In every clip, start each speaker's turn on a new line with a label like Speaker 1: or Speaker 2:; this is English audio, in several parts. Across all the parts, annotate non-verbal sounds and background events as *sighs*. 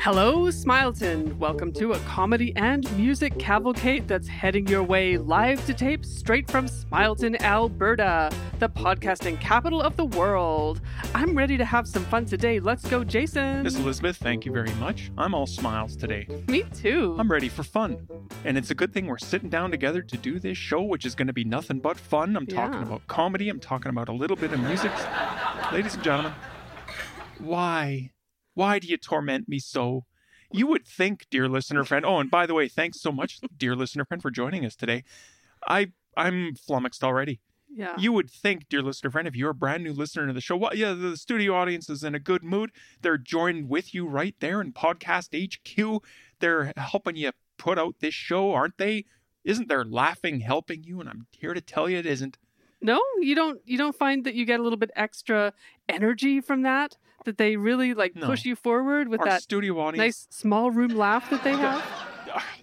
Speaker 1: Hello, Smileton. Welcome to a comedy and music cavalcade that's heading your way live to tape straight from Smileton, Alberta, the podcasting capital of the world. I'm ready to have some fun today. Let's go, Jason.
Speaker 2: Miss Elizabeth, thank you very much. I'm all smiles today.
Speaker 1: Me too.
Speaker 2: I'm ready for fun. And it's a good thing we're sitting down together to do this show, which is going to be nothing but fun. I'm talking
Speaker 1: Yeah.
Speaker 2: about comedy, I'm talking about a little bit of music. Ladies and gentlemen, why? Why do you torment me so? You would think, dear listener friend. Oh, and by the way, thanks so much, dear listener friend, for joining us today. I I'm flummoxed already.
Speaker 1: yeah.
Speaker 2: You would think, dear listener friend, if you're a brand new listener to the show, well, yeah, the studio audience is in a good mood. They're joined with you right there in Podcast HQ. They're helping you put out this show, aren't they? Isn't their laughing helping you? And I'm here to tell you it isn't.
Speaker 1: no, you don't. You don't find that you get a little bit extra energy from that. That they really like
Speaker 2: No.
Speaker 1: push you forward with
Speaker 2: Our
Speaker 1: that
Speaker 2: studio audience,
Speaker 1: nice small room laugh that
Speaker 2: *laughs*
Speaker 1: they have.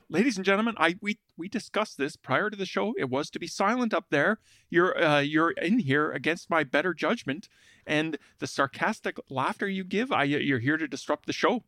Speaker 2: ladies and gentlemen, I we we discussed this prior to the show. It was to be silent up there. You're uh, you're in here against my better judgment, and the sarcastic laughter you give, I you're here to disrupt the show.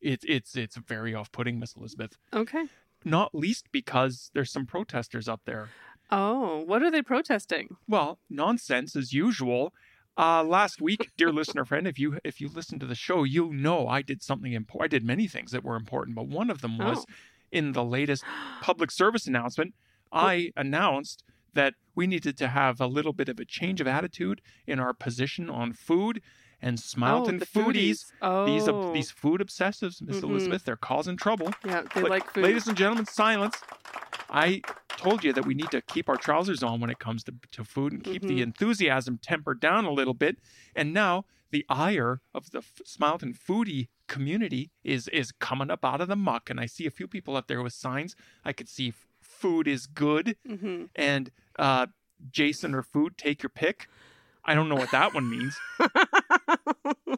Speaker 2: It's it's it's very off-putting, Miss Elizabeth.
Speaker 1: Okay.
Speaker 2: Not least because there's some protesters up there.
Speaker 1: Oh, what are they protesting?
Speaker 2: Well, nonsense as usual. Uh, last week, dear listener friend, if you if you listen to the show, you know I did something important. I did many things that were important, but one of them was in the latest
Speaker 1: Oh.
Speaker 2: public service announcement, I announced that we needed to have a little bit of a change of attitude in our position on food and Smileton
Speaker 1: the
Speaker 2: foodies.
Speaker 1: Oh,
Speaker 2: These ob- these food obsessives, Miss
Speaker 1: Mhm.
Speaker 2: Elizabeth, they're causing trouble.
Speaker 1: yeah, they
Speaker 2: La-
Speaker 1: like food.
Speaker 2: Ladies and gentlemen, silence. I told you that we need to keep our trousers on when it comes to, to food and keep the
Speaker 1: Mhm.
Speaker 2: enthusiasm tempered down a little bit. And now the ire of the F- Smileton foodie community is is coming up out of the muck. And I see a few people up there with signs. I could see f- food is good *laughs*
Speaker 1: hmm
Speaker 2: and uh, Jason or food, take your pick. I don't know what that one means.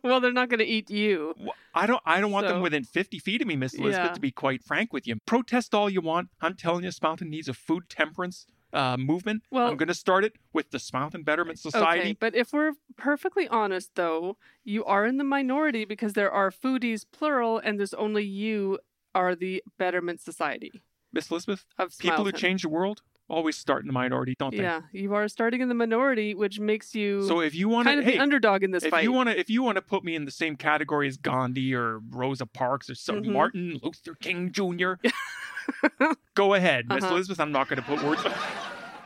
Speaker 1: well, they're not going to eat you.
Speaker 2: Wh- I don't I don't want them
Speaker 1: So-
Speaker 2: within 50 feet of me, Miss Elizabeth,
Speaker 1: Yeah.
Speaker 2: to be quite frank with you. Protest all you want. I'm telling you, Smountain needs a food temperance uh, movement.
Speaker 1: Well-
Speaker 2: I'm going to start it with the Smountain Betterment
Speaker 1: Okay,
Speaker 2: Society.
Speaker 1: but if we're perfectly honest, though, you are in the minority because there are foodies plural, and there's only you are the Betterment Society
Speaker 2: Miss Elizabeth,
Speaker 1: of
Speaker 2: people who
Speaker 1: Smileton.
Speaker 2: change the world always start in the minority, don't they?
Speaker 1: Yeah, you are starting in the minority, which makes you
Speaker 2: So if you want
Speaker 1: kind
Speaker 2: to,
Speaker 1: of
Speaker 2: hey,
Speaker 1: the underdog in this
Speaker 2: if
Speaker 1: fight.
Speaker 2: you want to, if you want to put me in the same category as Gandhi or Rosa Parks or some
Speaker 1: Mhm.
Speaker 2: Martin Luther King Jr.,
Speaker 1: *laughs*
Speaker 2: go ahead, Miss
Speaker 1: Uh-huh.
Speaker 2: Elizabeth. I'm not going to put words. *laughs*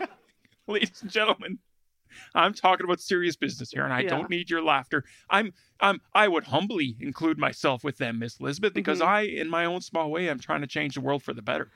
Speaker 2: Ladies and gentlemen, I'm talking about serious business here, and I
Speaker 1: Yeah.
Speaker 2: don't need your laughter. I'm, I'm, I would humbly include myself with them, Miss Elizabeth, because
Speaker 1: Mhm.
Speaker 2: I, in my own small way, I'm trying to change the world for the better.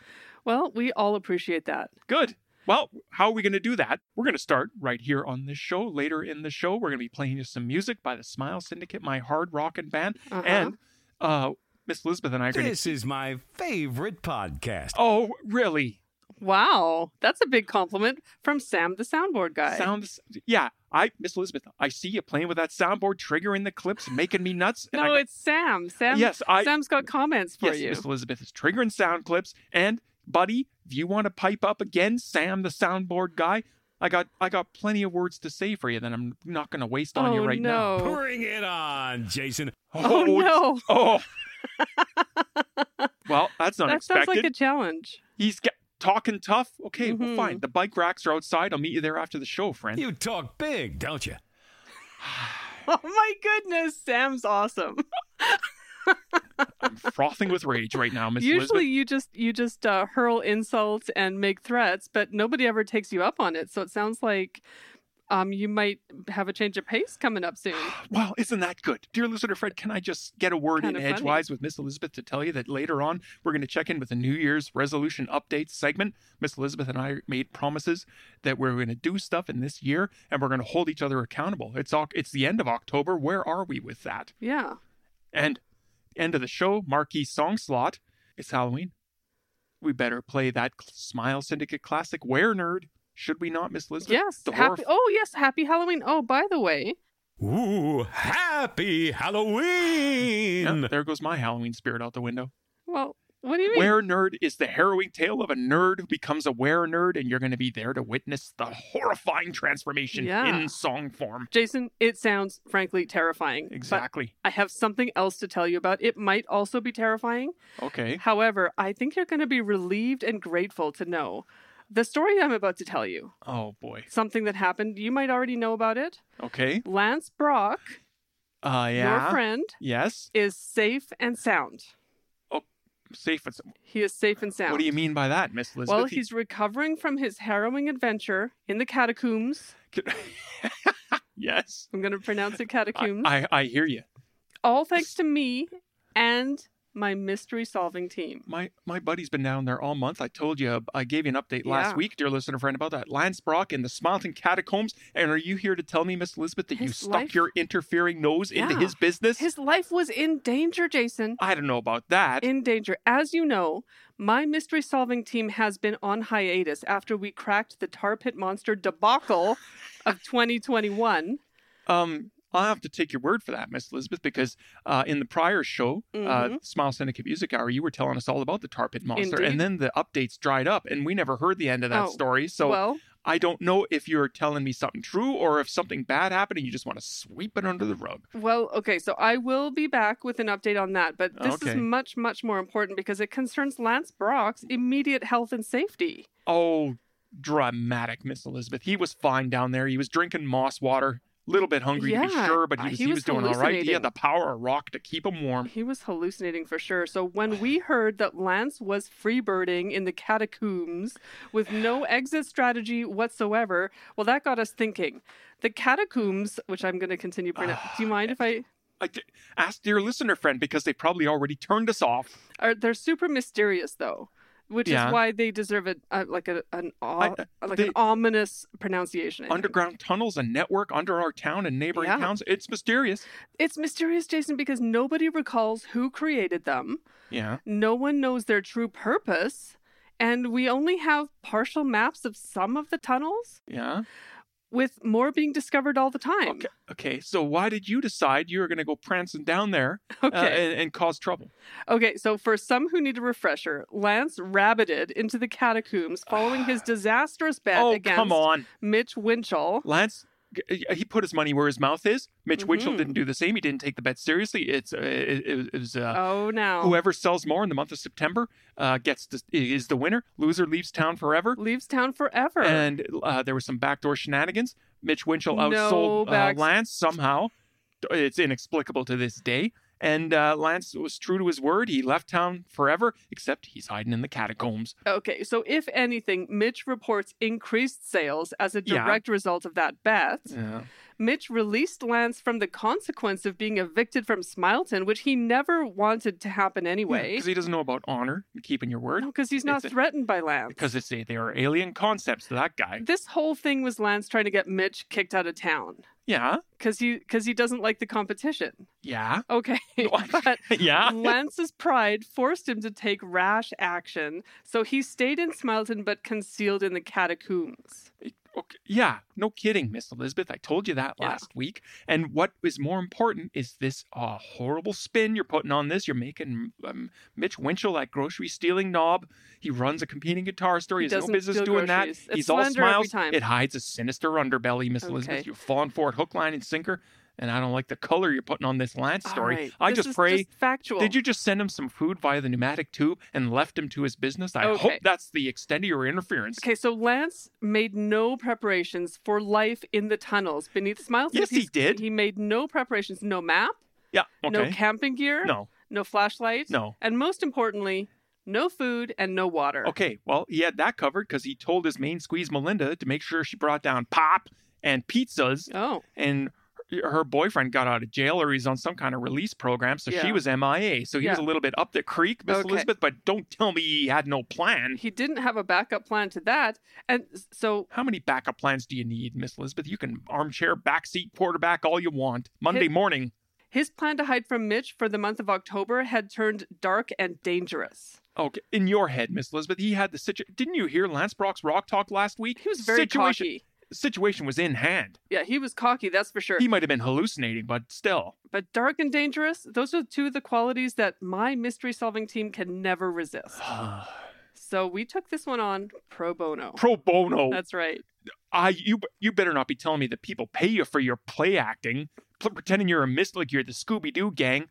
Speaker 1: well, we all appreciate that.
Speaker 2: Good. Well, how are we going to do that? We're going to start right here on this show. Later in the show, we're going to be playing you some music by the Smile Syndicate, my hard rockin' band,
Speaker 1: Uh-huh.
Speaker 2: and uh, Miss Elizabeth and I are going to.
Speaker 3: This is my favorite podcast.
Speaker 2: Oh, really?
Speaker 1: Wow, that's a big compliment from Sam, the soundboard guy.
Speaker 2: Sounds. Yeah, I, Miss Elizabeth, I see you playing with that soundboard, triggering the clips, making me nuts. and I
Speaker 1: no,
Speaker 2: go-
Speaker 1: it's Sam. Sam.
Speaker 2: yes, I.
Speaker 1: Sam's got comments for
Speaker 2: yes,
Speaker 1: you.
Speaker 2: Miss Elizabeth is triggering sound clips, and buddy, if you want to pipe up again, Sam, the soundboard guy. I got I got plenty of words to say for you that I'm not going to waste on
Speaker 1: oh
Speaker 2: you right now.
Speaker 1: no!
Speaker 3: Bring it on, Jason.
Speaker 1: *laughs* Oh, *laughs* no!
Speaker 2: Oh. well,
Speaker 1: That
Speaker 2: that's
Speaker 1: sounds
Speaker 2: unexpected.
Speaker 1: like a
Speaker 2: *laughs*
Speaker 1: challenge.
Speaker 2: He's get- talking tough. Okay, well,
Speaker 1: Mhm.
Speaker 2: fine. The bike racks are outside. I'll meet you there after the show, friend.
Speaker 3: You talk big, don't you?
Speaker 1: Oh my goodness, Sam's
Speaker 2: *laughs*
Speaker 1: awesome.
Speaker 2: I'm frothing with rage right now, Miss
Speaker 1: Usually
Speaker 2: Elizabeth.
Speaker 1: you just you just uh, hurl insults and make threats, but nobody ever takes you up on it. So it sounds like um you might have a change of pace coming up
Speaker 2: *sighs*
Speaker 1: soon.
Speaker 2: Well, isn't that good? Dear listener, Fred, can I just get a word
Speaker 1: Kinda
Speaker 2: in
Speaker 1: funny.
Speaker 2: edgewise with Miss Elizabeth to tell you that later on we're going to check in with a New Year's resolution update segment? Miss Elizabeth and I made promises that we're going to do stuff in this year and we're going to hold each other accountable. It's, Oc- it's the end of October. Where are we with that?
Speaker 1: Yeah.
Speaker 2: And end of the show, marquee song slot. It's Halloween. We better play that cl- Smile Syndicate classic, Where Nerd. Should we not, Miss Elizabeth?
Speaker 1: Yes.
Speaker 2: The horror
Speaker 1: Happy, oh yes, happy Halloween. Oh, by the way,
Speaker 3: Ooh, happy Halloween!
Speaker 2: Yeah, there goes my Halloween spirit out the window.
Speaker 1: well, What do you mean?
Speaker 2: Where Nerd is the harrowing tale of a nerd who becomes a were nerd, and you're going to be there to witness the horrifying transformation
Speaker 1: Yeah.
Speaker 2: in song form.
Speaker 1: Jason, it sounds frankly terrifying. but
Speaker 2: Exactly.
Speaker 1: I have something else to tell you about. It might also be terrifying.
Speaker 2: Okay.
Speaker 1: However, I think you're going to be relieved and grateful to know the story I'm about to tell you.
Speaker 2: Oh boy.
Speaker 1: Something that happened, you might already know about it.
Speaker 2: Okay.
Speaker 1: Lance Brock,
Speaker 2: Uh,
Speaker 1: your
Speaker 2: yeah.
Speaker 1: friend,
Speaker 2: Yes.
Speaker 1: is safe and sound.
Speaker 2: Safe. And sound.
Speaker 1: He is safe and sound.
Speaker 2: What do you mean by that, Miss Elizabeth?
Speaker 1: Well,
Speaker 2: He-
Speaker 1: he's recovering from his harrowing adventure in the catacombs.
Speaker 2: yes.
Speaker 1: I'm going to pronounce it
Speaker 2: I, *laughs*
Speaker 1: catacombs.
Speaker 2: I, I hear you.
Speaker 1: All thanks to me and my mystery solving team.
Speaker 2: My my buddy's been down there all month. I told you I gave you an update
Speaker 1: Yeah.
Speaker 2: last week, dear listener friend, about that Lance Brock in the Smileton catacombs. And are you here to tell me, Miss Elizabeth, that you
Speaker 1: His
Speaker 2: stuck
Speaker 1: life-
Speaker 2: your interfering nose into
Speaker 1: Yeah.
Speaker 2: his business?
Speaker 1: His life was in danger, Jason.
Speaker 2: I don't know about that.
Speaker 1: in danger. As you know, my mystery solving team has been on hiatus after we cracked the tar pit monster debacle
Speaker 2: *laughs*
Speaker 1: of 2021.
Speaker 2: Um, I'll have to take your word for that, Miss Elizabeth, because uh, in the prior show, uh,
Speaker 1: Mhm.
Speaker 2: Smile Syndicate Music Hour, you were telling us all about the tar pit monster,
Speaker 1: Indeed.
Speaker 2: and then the updates dried up, and we never heard the end of that
Speaker 1: Oh,
Speaker 2: story. So
Speaker 1: well,
Speaker 2: I don't know if you're telling me something true or if something bad happened and you just want to sweep it under the rug.
Speaker 1: well, okay, so I will be back with an update on that, but this is
Speaker 2: Okay.
Speaker 1: much, much more important because it concerns Lance Brock's immediate health and safety.
Speaker 2: Oh, dramatic, Miss Elizabeth. He was fine down there. He was drinking moss water, a little bit hungry to be
Speaker 1: Yeah,
Speaker 2: sure, but
Speaker 1: uh,
Speaker 2: he was,
Speaker 1: he
Speaker 2: he
Speaker 1: was
Speaker 2: was doing all right. He
Speaker 1: hallucinating.
Speaker 2: had the power of rock to keep him warm.
Speaker 1: He was hallucinating for sure. So when we heard that Lance was freebirding in the catacombs with no exit strategy whatsoever, well, that got us thinking. The catacombs, which I'm going to continue. Prina- Do you
Speaker 2: Ah,
Speaker 1: mind if I?
Speaker 2: I d- ask dear listener friend because they probably already turned us off.
Speaker 1: *laughs* Are they're super mysterious though, which
Speaker 2: Yeah.
Speaker 1: is why they deserve a, a like a, an aw-
Speaker 2: I-
Speaker 1: like
Speaker 2: they-
Speaker 1: an ominous pronunciation. I think.
Speaker 2: underground tunnels and network under our town and neighboring
Speaker 1: Yeah.
Speaker 2: towns. It's mysterious.
Speaker 1: It's mysterious, Jason, because nobody recalls who created them.
Speaker 2: Yeah.
Speaker 1: No one knows their true purpose. And we only have partial maps of some of the tunnels.
Speaker 2: Yeah.
Speaker 1: with more being discovered all the time.
Speaker 2: Okay. Okay. So why did you decide you were going to go prancing down there uh,
Speaker 1: Okay.
Speaker 2: and, and cause trouble?
Speaker 1: Okay, so for some who need a refresher, Lance rabbited into the catacombs following
Speaker 2: *sighs*
Speaker 1: his disastrous bet
Speaker 2: oh,
Speaker 1: against
Speaker 2: come on,
Speaker 1: Mitch Winchell.
Speaker 2: Lance. g- He put his money where his mouth is. Mitch Winchell
Speaker 1: Mhm.
Speaker 2: didn't do the same. He didn't take the bet seriously. It's uh, it, it, it was uh,
Speaker 1: oh no.
Speaker 2: whoever sells more in the month of September uh, gets to, is the winner. Loser leaves town forever.
Speaker 1: Leaves town forever.
Speaker 2: and uh, there was some backdoor shenanigans. Mitch Winchell
Speaker 1: No
Speaker 2: outsold
Speaker 1: back-
Speaker 2: uh, Lance somehow. It's inexplicable to this day. And uh, Lance was true to his word. He left town forever, except he's hiding in the catacombs.
Speaker 1: okay, so if anything, Mitch reports increased sales as a
Speaker 2: Yeah.
Speaker 1: direct result of that bet.
Speaker 2: Yeah.
Speaker 1: Mitch released Lance from the consequence of being evicted from Smileton, which he never wanted to happen anyway.
Speaker 2: Because Hmm, he doesn't know about honor and keeping your word.
Speaker 1: because he's not
Speaker 2: It's a-
Speaker 1: threatened by Lance.
Speaker 2: Because it's a, they are alien concepts to that guy.
Speaker 1: this whole thing was Lance trying to get Mitch kicked out of town
Speaker 2: Yeah.
Speaker 1: because he because he doesn't like the competition.
Speaker 2: Yeah. *laughs*
Speaker 1: Okay, *laughs* but
Speaker 2: yeah.
Speaker 1: Lance's pride forced him to take rash action, so he stayed in Smileton but concealed in the catacombs.
Speaker 2: Okay. Yeah, no kidding, Miss Elizabeth. I told you that
Speaker 1: Yeah.
Speaker 2: last week. And what is more important is this uh, horrible spin you're putting on this. You're making um, Mitch Winchell that grocery stealing knob. He runs a competing guitar store.
Speaker 1: He
Speaker 2: He, has
Speaker 1: doesn't
Speaker 2: no business
Speaker 1: steal
Speaker 2: doing that.
Speaker 1: groceries. It's
Speaker 2: He's all
Speaker 1: slander every
Speaker 2: smiles.
Speaker 1: time.
Speaker 2: It hides a sinister underbelly, Miss
Speaker 1: Okay.
Speaker 2: Elizabeth. You're falling for it hook, line, and sinker. And I don't like the color you're putting on this Lance
Speaker 1: All
Speaker 2: story.
Speaker 1: right,
Speaker 2: I
Speaker 1: this
Speaker 2: just
Speaker 1: is
Speaker 2: pray.
Speaker 1: factual.
Speaker 2: Did you just send him some food via the pneumatic tube and left him to his business? I
Speaker 1: Okay.
Speaker 2: hope that's the extent of your interference.
Speaker 1: Okay, so Lance made no preparations for life in the tunnels beneath Smileton.
Speaker 2: Yes, he
Speaker 1: He's-
Speaker 2: did.
Speaker 1: He made no preparations, no map,
Speaker 2: Yeah. Okay.
Speaker 1: no camping gear,
Speaker 2: no.
Speaker 1: no flashlight,
Speaker 2: No.
Speaker 1: and most importantly, no food and no water.
Speaker 2: Okay, well, he had that covered because he told his main squeeze, Melinda, to make sure she brought down pop and pizzas,
Speaker 1: Oh.
Speaker 2: and her- her boyfriend got out of jail or he's on some kind of release program, so
Speaker 1: Yeah.
Speaker 2: she was MIA. So he was
Speaker 1: Yeah.
Speaker 2: a little bit up the creek, Miss
Speaker 1: Okay.
Speaker 2: Elizabeth, but don't tell me he had no plan.
Speaker 1: he didn't have a backup plan to that. And so
Speaker 2: How many backup plans do you need, Miss Elizabeth? You can armchair, backseat, quarterback, all you want. Monday morning.
Speaker 1: his plan to hide from Mitch for the month of October had turned dark and dangerous.
Speaker 2: Okay, in your head, Miss Elizabeth, he had the situation. Didn't you hear Lance Brock's rock talk last week?
Speaker 1: He was very
Speaker 2: situation.
Speaker 1: cocky.
Speaker 2: situation was in hand.
Speaker 1: Yeah, he was cocky, that's for sure.
Speaker 2: He might have been hallucinating, but still.
Speaker 1: but dark and dangerous, those are two of the qualities that my mystery solving team can never
Speaker 2: *sighs*
Speaker 1: resist. So we took this one on pro bono.
Speaker 2: Pro bono.
Speaker 1: That's right.
Speaker 2: I you you better not be telling me that people pay you for your play acting, pl- pretending you're a mist like you're the Scooby Doo gang.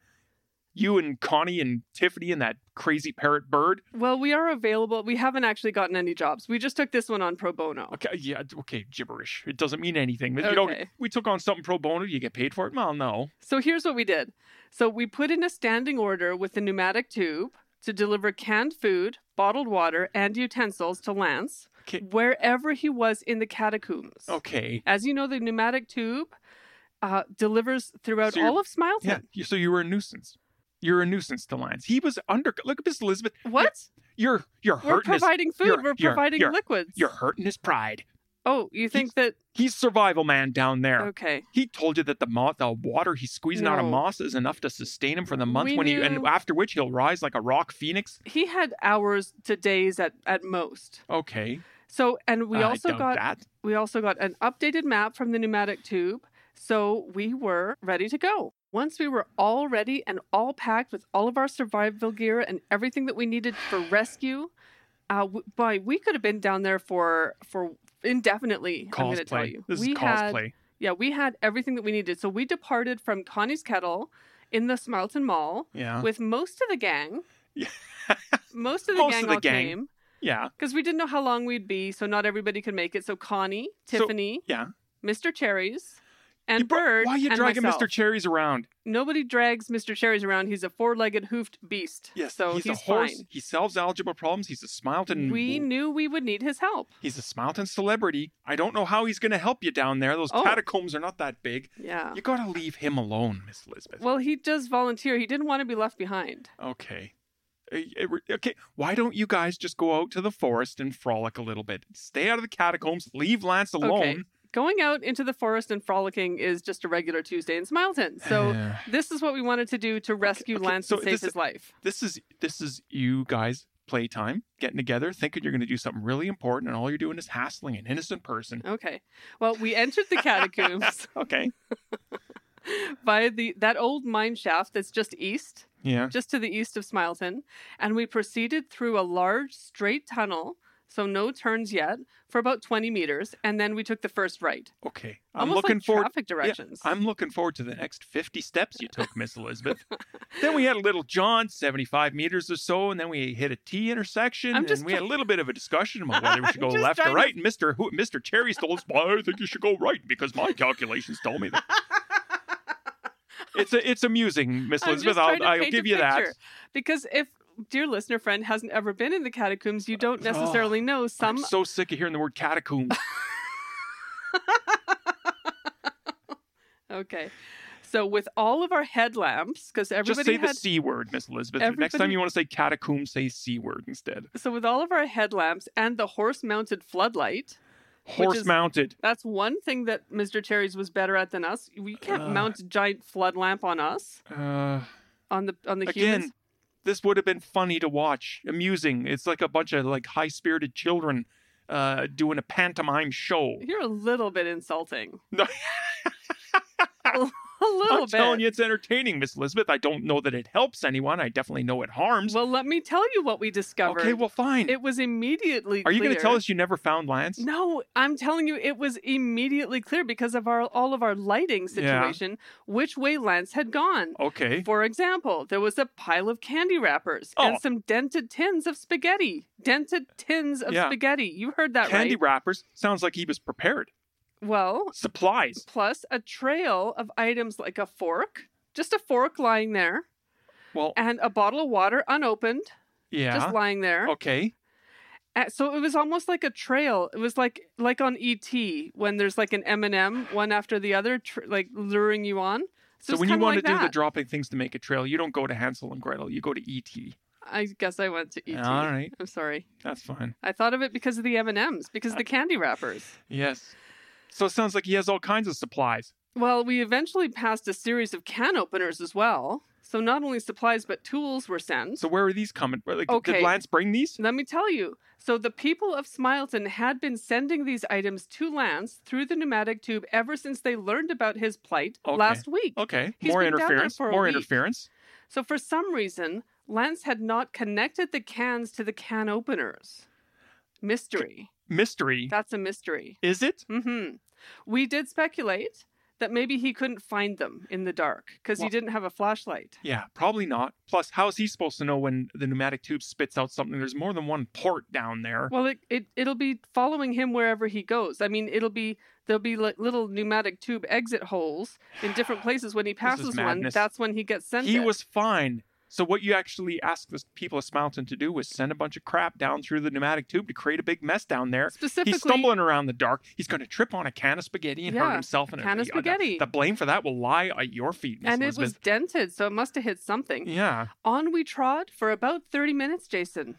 Speaker 2: You and Connie and Tiffany and that crazy parrot bird.
Speaker 1: Well, we are available. We haven't actually gotten any jobs. We just took this one on pro bono.
Speaker 2: Okay, yeah, okay, gibberish. It doesn't mean anything. You know,
Speaker 1: Okay.
Speaker 2: we took on something pro bono. You get paid for it. Well, no.
Speaker 1: So here's what we did. So we put in a standing order with a pneumatic tube to deliver canned food, bottled water, and utensils to Lance
Speaker 2: Okay. Oh.
Speaker 1: wherever he was in the catacombs.
Speaker 2: Okay.
Speaker 1: As you know, the pneumatic tube uh, delivers throughout
Speaker 2: So you're-
Speaker 1: all of Smileton.
Speaker 2: Yeah. you- So you were a nuisance. You're a nuisance to Lance. He was under. Look at Miss Elizabeth.
Speaker 1: What?
Speaker 2: You're you're
Speaker 1: We're
Speaker 2: hurting. his,
Speaker 1: providing food.
Speaker 2: you're-
Speaker 1: We're
Speaker 2: you're-
Speaker 1: providing
Speaker 2: you're-
Speaker 1: liquids.
Speaker 2: you're hurting his pride.
Speaker 1: oh, you think that?
Speaker 2: He's survival man down there.
Speaker 1: Okay.
Speaker 2: He told you that the mo- the water he's squeezing out of
Speaker 1: No.
Speaker 2: moss is enough to sustain him for the month
Speaker 1: We
Speaker 2: when he and
Speaker 1: knew-
Speaker 2: after which he'll rise like a rock phoenix.
Speaker 1: He had hours to days at at most.
Speaker 2: Okay.
Speaker 1: So, and we
Speaker 2: I
Speaker 1: also
Speaker 2: doubt
Speaker 1: got
Speaker 2: that.
Speaker 1: we also got an updated map from the pneumatic tube. So we were ready to go. Once we were all ready and all packed with all of our survival gear and everything that we needed for
Speaker 2: *sighs*
Speaker 1: rescue, uh, w- boy, we could have been down there for for indefinitely. I'm going to tell
Speaker 2: cosplay.
Speaker 1: you,
Speaker 2: This
Speaker 1: we
Speaker 2: is
Speaker 1: had
Speaker 2: cosplay.
Speaker 1: Yeah, we had everything that we needed. So we departed from Connie's Kettle in the Smileton Mall
Speaker 2: Yeah.
Speaker 1: with most of the gang.
Speaker 2: Yeah.
Speaker 1: *laughs* most of the
Speaker 2: Most
Speaker 1: gang
Speaker 2: of the
Speaker 1: all
Speaker 2: gang.
Speaker 1: came
Speaker 2: yeah.
Speaker 1: because we didn't know how long we'd be, so not everybody could make it. So Connie,
Speaker 2: So-
Speaker 1: Tiffany,
Speaker 2: Yeah.
Speaker 1: Mr. Cherries, and
Speaker 2: You brought-
Speaker 1: Bird.
Speaker 2: Why are you
Speaker 1: and
Speaker 2: dragging
Speaker 1: myself.
Speaker 2: Mr. Cherries around?
Speaker 1: Nobody drags Mr. Cherries around. He's a four-legged hoofed beast. so he's,
Speaker 2: he's, a horse.
Speaker 1: fine.
Speaker 2: He solves algebra problems. He's a Smileton.
Speaker 1: We knew we would need his help.
Speaker 2: He's a Smileton celebrity. I don't know how he's going to help you down there. Those
Speaker 1: Oh.
Speaker 2: catacombs are not that big.
Speaker 1: Yeah.
Speaker 2: You got to leave him alone, Miss Elizabeth.
Speaker 1: Well, he does volunteer. He didn't want to be left behind.
Speaker 2: Okay. Uh, uh, Okay, why don't you guys just go out to the forest and frolic a little bit? Stay out of the catacombs, leave Lance alone.
Speaker 1: Going out into the forest and frolicking is just a regular Tuesday in Smileton. So
Speaker 2: Yeah.
Speaker 1: this is what we wanted to do to rescue
Speaker 2: okay,
Speaker 1: Lance
Speaker 2: so
Speaker 1: and save
Speaker 2: this-
Speaker 1: his life.
Speaker 2: this is this is you guys playtime, getting together, thinking you're going to do something really important and all you're doing is hassling an innocent person.
Speaker 1: Okay. Well, we entered the
Speaker 2: *laughs*
Speaker 1: catacombs
Speaker 2: Okay.
Speaker 1: by the that old mine shaft that's just east,
Speaker 2: Yeah.
Speaker 1: just to the east of Smileton, and we proceeded through a large straight tunnel, so no turns yet, for about 20 meters, and then we took the first right.
Speaker 2: Okay. I'm
Speaker 1: Almost
Speaker 2: looking
Speaker 1: like
Speaker 2: forward
Speaker 1: traffic directions.
Speaker 2: I'm looking forward to the next 50 steps you took, Miss
Speaker 1: *laughs*
Speaker 2: Elizabeth. then we had a little jaunt, 75 meters or so, and then we hit a T intersection,
Speaker 1: I'm just
Speaker 2: and we had a
Speaker 1: try-
Speaker 2: little bit of a discussion about whether we
Speaker 1: *laughs*
Speaker 2: should
Speaker 1: I'm
Speaker 2: go
Speaker 1: just
Speaker 2: left or
Speaker 1: trying to-
Speaker 2: right. And Mr. Who, Mr. Cherry told us, well, I think you should go right because my calculations tell
Speaker 1: *laughs*
Speaker 2: me that. It's a, it's amusing, Miss
Speaker 1: I'm
Speaker 2: Elizabeth.
Speaker 1: just trying
Speaker 2: I'll,
Speaker 1: to
Speaker 2: I'll
Speaker 1: paint a
Speaker 2: give you that.
Speaker 1: picture. Because if dear listener friend hasn't ever been in the catacombs, you don't
Speaker 2: Oh.
Speaker 1: necessarily know
Speaker 2: I'm
Speaker 1: some
Speaker 2: so sick of hearing the word catacomb.
Speaker 1: *laughs* Okay. So with all of our headlamps, because
Speaker 2: Just
Speaker 1: everybody
Speaker 2: say the
Speaker 1: had
Speaker 2: C word, Miss Elizabeth. Next time
Speaker 1: Everybody-
Speaker 2: you want to say catacomb, say C word instead.
Speaker 1: so with all of our headlamps and the horse-mounted floodlight,
Speaker 2: Horse
Speaker 1: is-
Speaker 2: mounted.
Speaker 1: that's one thing that Mr. Cherries was better at than us. We can't
Speaker 2: Ugh.
Speaker 1: mount a giant flood lamp on us
Speaker 2: Uh...
Speaker 1: on the on the
Speaker 2: again
Speaker 1: humans.
Speaker 2: this would have been funny to watch amusing it's like a bunch of like high-spirited children uh doing a pantomime show
Speaker 1: You're a little bit insulting.
Speaker 2: No.
Speaker 1: *laughs* a little
Speaker 2: i'm
Speaker 1: bit.
Speaker 2: telling you it's entertaining miss elizabeth i don't know that it helps anyone i definitely know it harms
Speaker 1: Well, let me tell you what we discovered.
Speaker 2: okay well fine
Speaker 1: it was immediately.
Speaker 2: are you going to
Speaker 1: clear-
Speaker 2: tell us you never found lance
Speaker 1: No, I'm telling you, it was immediately clear because of our all of our lighting
Speaker 2: Yeah. Oh.
Speaker 1: situation, which way Lance had gone.
Speaker 2: okay
Speaker 1: For example, there was a pile of candy wrappers
Speaker 2: Oh.
Speaker 1: and some dented tins of spaghetti. Dented tins of
Speaker 2: Yeah.
Speaker 1: spaghetti. You heard that
Speaker 2: candy
Speaker 1: right?
Speaker 2: wrappers sounds like he was prepared
Speaker 1: Well,
Speaker 2: supplies
Speaker 1: plus a trail of items like a fork, just a fork lying there,
Speaker 2: well
Speaker 1: and a bottle of water unopened,
Speaker 2: yeah
Speaker 1: just lying there.
Speaker 2: okay
Speaker 1: Uh, so it was almost like a trail it was like like on et when there's like an m&m one after the other tr- like luring you on so,
Speaker 2: so
Speaker 1: it's
Speaker 2: when you
Speaker 1: kinda
Speaker 2: want
Speaker 1: like
Speaker 2: to do the
Speaker 1: that.
Speaker 2: dropping things to make a trail you don't go to hansel and gretel you go to et
Speaker 1: i guess i went to et
Speaker 2: all right
Speaker 1: i'm sorry
Speaker 2: that's fine
Speaker 1: i thought of it because of the m&ms because of the candy wrappers
Speaker 2: yes so it sounds like he has all kinds of supplies
Speaker 1: Well, we eventually passed a series of can openers as well. So not only supplies but tools were sent.
Speaker 2: So where are these coming? Like,
Speaker 1: Okay.
Speaker 2: did Lance bring these?
Speaker 1: Let me tell you. So the people of Smileton had been sending these items to Lance through the pneumatic tube ever since they learned about his plight
Speaker 2: Okay.
Speaker 1: last week.
Speaker 2: Okay,
Speaker 1: He's
Speaker 2: more
Speaker 1: been down there
Speaker 2: interference.
Speaker 1: for a
Speaker 2: More
Speaker 1: week.
Speaker 2: interference.
Speaker 1: So for some reason, Lance had not connected the cans to the can openers. Mystery.
Speaker 2: Mystery.
Speaker 1: That's a mystery.
Speaker 2: Is it?
Speaker 1: Mm-hmm. We did speculate that maybe he couldn't find them in the dark because he
Speaker 2: Well-
Speaker 1: didn't have a flashlight.
Speaker 2: Yeah, probably not. Plus, how is he supposed to know when the pneumatic tube spits out something? There's more than one port down there.
Speaker 1: Well, it, it it'll be following him wherever he goes. I mean, it'll be there'll be like little pneumatic tube exit holes in
Speaker 2: *sighs*
Speaker 1: different places. When he
Speaker 2: This is
Speaker 1: passes one,
Speaker 2: madness.
Speaker 1: that's when he gets sent.
Speaker 2: he
Speaker 1: it.
Speaker 2: was fine. So what you actually asked the people of Smountain to do was send a bunch of crap down through the pneumatic tube to create a big mess down there.
Speaker 1: specifically.
Speaker 2: He's stumbling around the dark. He's going to trip on a can of spaghetti and
Speaker 1: Yeah,
Speaker 2: hurt himself. And
Speaker 1: can of
Speaker 2: uh, the-
Speaker 1: spaghetti.
Speaker 2: The, blame for that will lie at your feet, Miss
Speaker 1: and it was
Speaker 2: Elizabeth.
Speaker 1: dented, so it must have hit something.
Speaker 2: Yeah.
Speaker 1: On we trod for about thirty minutes, Jason.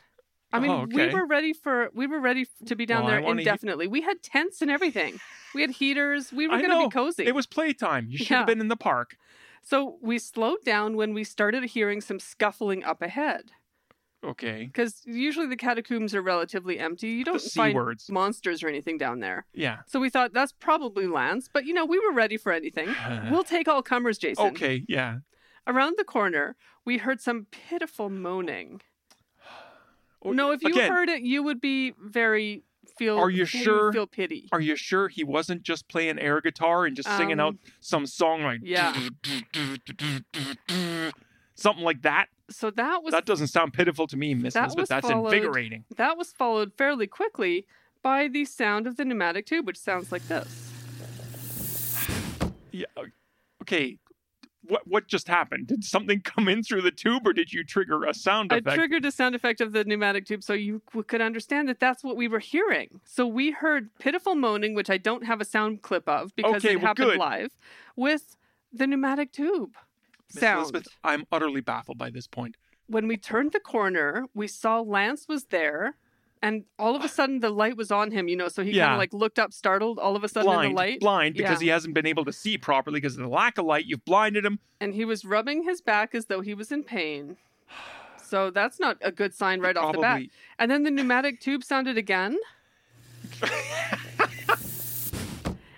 Speaker 1: I mean,
Speaker 2: Oh,
Speaker 1: we
Speaker 2: okay.
Speaker 1: were ready for we were ready f- to be down
Speaker 2: Well, I
Speaker 1: there
Speaker 2: wanna hear-
Speaker 1: indefinitely. We had tents and everything. We had heaters. We were
Speaker 2: I
Speaker 1: going to
Speaker 2: know.
Speaker 1: be cozy.
Speaker 2: It was playtime. You should
Speaker 1: Yeah.
Speaker 2: have been in the park.
Speaker 1: So we slowed down when we started hearing some scuffling up ahead.
Speaker 2: Okay.
Speaker 1: because usually the catacombs are relatively empty. You don't
Speaker 2: the C
Speaker 1: find
Speaker 2: words.
Speaker 1: monsters or anything down there.
Speaker 2: Yeah.
Speaker 1: So we thought that's probably Lance, but you know, we were ready for
Speaker 2: *sighs*
Speaker 1: anything. We'll take all comers, Jason.
Speaker 2: okay. Yeah.
Speaker 1: Around the corner, we heard some pitiful moaning.
Speaker 2: Oh,
Speaker 1: no, if you
Speaker 2: again,
Speaker 1: heard it, you would be very feel.
Speaker 2: Are you
Speaker 1: you'd
Speaker 2: sure?
Speaker 1: Feel pity.
Speaker 2: Are you sure he wasn't just playing air guitar and just singing out
Speaker 1: Um,
Speaker 2: some song like
Speaker 1: yeah.
Speaker 2: *laughs* something like that?
Speaker 1: So that was
Speaker 2: that doesn't sound pitiful to me, Miss
Speaker 1: that
Speaker 2: Elizabeth.
Speaker 1: was
Speaker 2: That's
Speaker 1: followed-
Speaker 2: invigorating.
Speaker 1: that was followed fairly quickly by the sound of the pneumatic tube, which sounds like this.
Speaker 2: Yeah. uh, Okay. What what just happened? Did something *laughs* come in through the tube, or did you trigger a sound
Speaker 1: I
Speaker 2: effect?
Speaker 1: triggered a sound effect of the pneumatic tube so you w- could understand that that's what we were hearing. So we heard pitiful moaning, which I don't have a sound clip of because
Speaker 2: Okay,
Speaker 1: it
Speaker 2: well,
Speaker 1: happened
Speaker 2: good.
Speaker 1: live, with the pneumatic tube
Speaker 2: Miss
Speaker 1: sound.
Speaker 2: Elizabeth, I'm utterly baffled by this point.
Speaker 1: When we turned the corner, we saw Lance was there. And all of a sudden, the light was on him, you know. So he kind
Speaker 2: Yeah.
Speaker 1: of like looked up, startled, all of a sudden in
Speaker 2: Blind,
Speaker 1: the light,
Speaker 2: blind, because
Speaker 1: Yeah.
Speaker 2: he hasn't been able to see properly because of the lack of light. You've blinded him.
Speaker 1: and he was rubbing his back as though he was in pain. So that's not a good sign right off the bat.
Speaker 2: probably-
Speaker 1: And then the pneumatic tube sounded
Speaker 2: *laughs*
Speaker 1: again.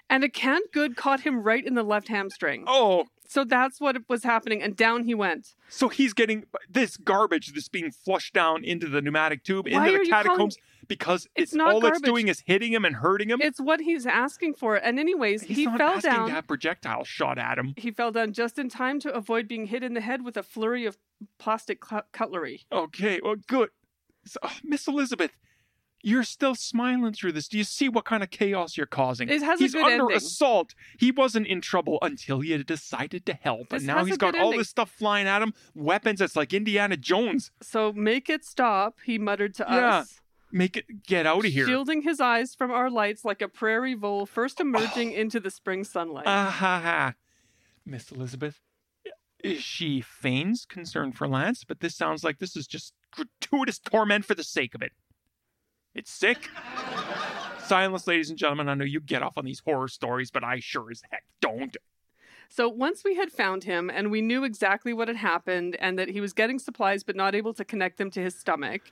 Speaker 1: and a canned good caught him right in the left hamstring.
Speaker 2: Oh,
Speaker 1: So that's what was happening. And down he went.
Speaker 2: So he's getting this garbage that's being flushed down into the pneumatic tube,
Speaker 1: Why are
Speaker 2: into the
Speaker 1: you calling-
Speaker 2: catacombs, because
Speaker 1: It's
Speaker 2: it's,
Speaker 1: not
Speaker 2: all
Speaker 1: garbage.
Speaker 2: it's doing is hitting him and hurting him.
Speaker 1: It's what he's asking for. And, anyways,
Speaker 2: he's
Speaker 1: he
Speaker 2: not
Speaker 1: fell
Speaker 2: asking
Speaker 1: down.
Speaker 2: to have projectile shot at him.
Speaker 1: He fell down just in time to avoid being hit in the head with a flurry of plastic cut- cutlery.
Speaker 2: Okay, well, good. So, oh, Miss Elizabeth, you're still smiling through this. Do you see what kind of chaos you're causing?
Speaker 1: It has a
Speaker 2: he's
Speaker 1: good
Speaker 2: under
Speaker 1: ending.
Speaker 2: assault. He wasn't in trouble until you decided to help,
Speaker 1: This
Speaker 2: and now
Speaker 1: has a
Speaker 2: he's got
Speaker 1: good
Speaker 2: all
Speaker 1: ending.
Speaker 2: this stuff flying at him, weapons. It's like Indiana Jones.
Speaker 1: So make it stop, he muttered to
Speaker 2: Yeah.
Speaker 1: us.
Speaker 2: Make it get out of here.
Speaker 1: Shielding his eyes from our lights like a prairie vole first emerging into the spring sunlight.
Speaker 2: Ah ha ha. Miss Elizabeth, eh, she feigns concern for Lance, but this sounds like this is just gratuitous torment for the sake of it. It's sick. Silence, ladies and gentlemen. I know you get off on these horror stories, but I sure as heck don't.
Speaker 1: So once we had found him and we knew exactly what had happened and that he was getting supplies but not able to connect them to his stomach,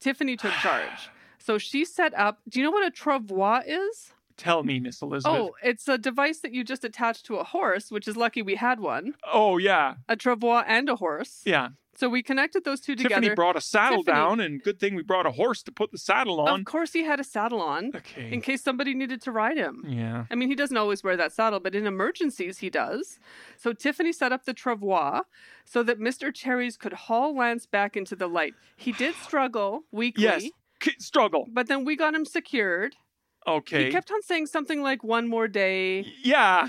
Speaker 1: Tiffany took charge. So she set up. Do you know what a travois is?
Speaker 2: Tell me, Miss Elizabeth.
Speaker 1: Oh, it's a device that you just attach to a horse, which is lucky we had one
Speaker 2: Oh, yeah.
Speaker 1: a travois and a horse.
Speaker 2: Yeah.
Speaker 1: So we connected those two
Speaker 2: Tiffany
Speaker 1: together.
Speaker 2: brought a saddle
Speaker 1: Tiffany-
Speaker 2: down, and good thing we brought a horse to put the saddle
Speaker 1: of
Speaker 2: on.
Speaker 1: course, he had a saddle on in
Speaker 2: Okay.
Speaker 1: case somebody needed to ride him.
Speaker 2: Yeah.
Speaker 1: I mean, he doesn't always wear that saddle, but in emergencies, he does. So Tiffany set up the travois so that Mr. Cherries could haul Lance back into the light. He
Speaker 2: *sighs*
Speaker 1: did struggle weakly,
Speaker 2: Yes. K- struggle.
Speaker 1: but then we got him secured.
Speaker 2: Okay.
Speaker 1: He kept on saying something like, one more day,
Speaker 2: yeah.